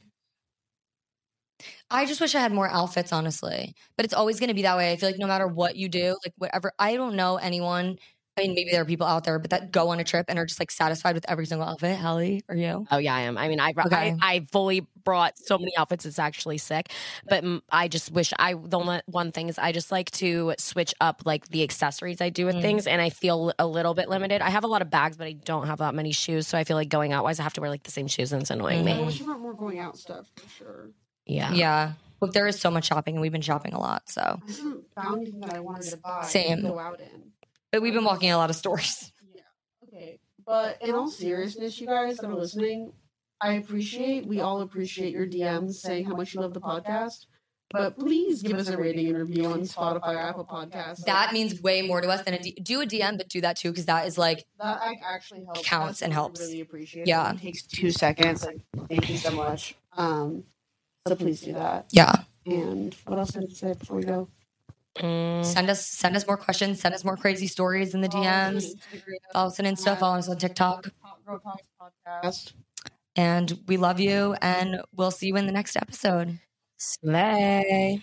[SPEAKER 2] I just wish I had more outfits, honestly. But it's always going to be that way. I feel like no matter what you do, like whatever. I don't know anyone. I mean, maybe there are people out there, but that go on a trip and are just like satisfied with every single outfit. Hallie, are you?
[SPEAKER 1] oh yeah I am I mean I brought
[SPEAKER 2] Okay.
[SPEAKER 1] I, I fully brought so many outfits it's actually sick but mm, I just wish I the only one thing is I just like to switch up like the accessories I do with
[SPEAKER 2] Mm.
[SPEAKER 1] things and I feel a little bit limited I have a lot of bags but I don't have that many shoes so I feel like going out wise I have to wear like the same shoes and it's annoying
[SPEAKER 3] Mm-hmm.
[SPEAKER 4] I
[SPEAKER 1] me
[SPEAKER 4] wish you weren't more going out stuff for sure.
[SPEAKER 1] yeah
[SPEAKER 2] Yeah. But there is so much shopping, and we've been shopping a lot. So,
[SPEAKER 4] I haven't found anything that I wanted to buy.
[SPEAKER 2] Same.
[SPEAKER 4] and Go out in.
[SPEAKER 2] but we've been walking a lot of stores.
[SPEAKER 4] Okay, but in all seriousness, you guys that are listening, I appreciate. We all appreciate your DMs saying how much you love the podcast. But please give us a rating and review on Spotify or Apple Podcasts.
[SPEAKER 2] That means way more to us than a D- do a DM, but do that too, because that is like
[SPEAKER 4] that like, actually helps.
[SPEAKER 2] Counts
[SPEAKER 4] That's
[SPEAKER 2] and
[SPEAKER 4] what we
[SPEAKER 2] helps.
[SPEAKER 4] Really appreciate.
[SPEAKER 2] Yeah.
[SPEAKER 4] it. It takes two seconds. Like, thank you so much. Um, so please do that.
[SPEAKER 2] yeah.
[SPEAKER 4] And what else did I say before we go?
[SPEAKER 1] Mm.
[SPEAKER 2] Send us send us more questions. Send us more crazy stories in the
[SPEAKER 4] Oh,
[SPEAKER 2] DMs. Follow us on Insta. Follow us on TikTok.
[SPEAKER 4] Girl Talks podcast.
[SPEAKER 2] And we love you. And we'll see you in the next episode.
[SPEAKER 1] Slay.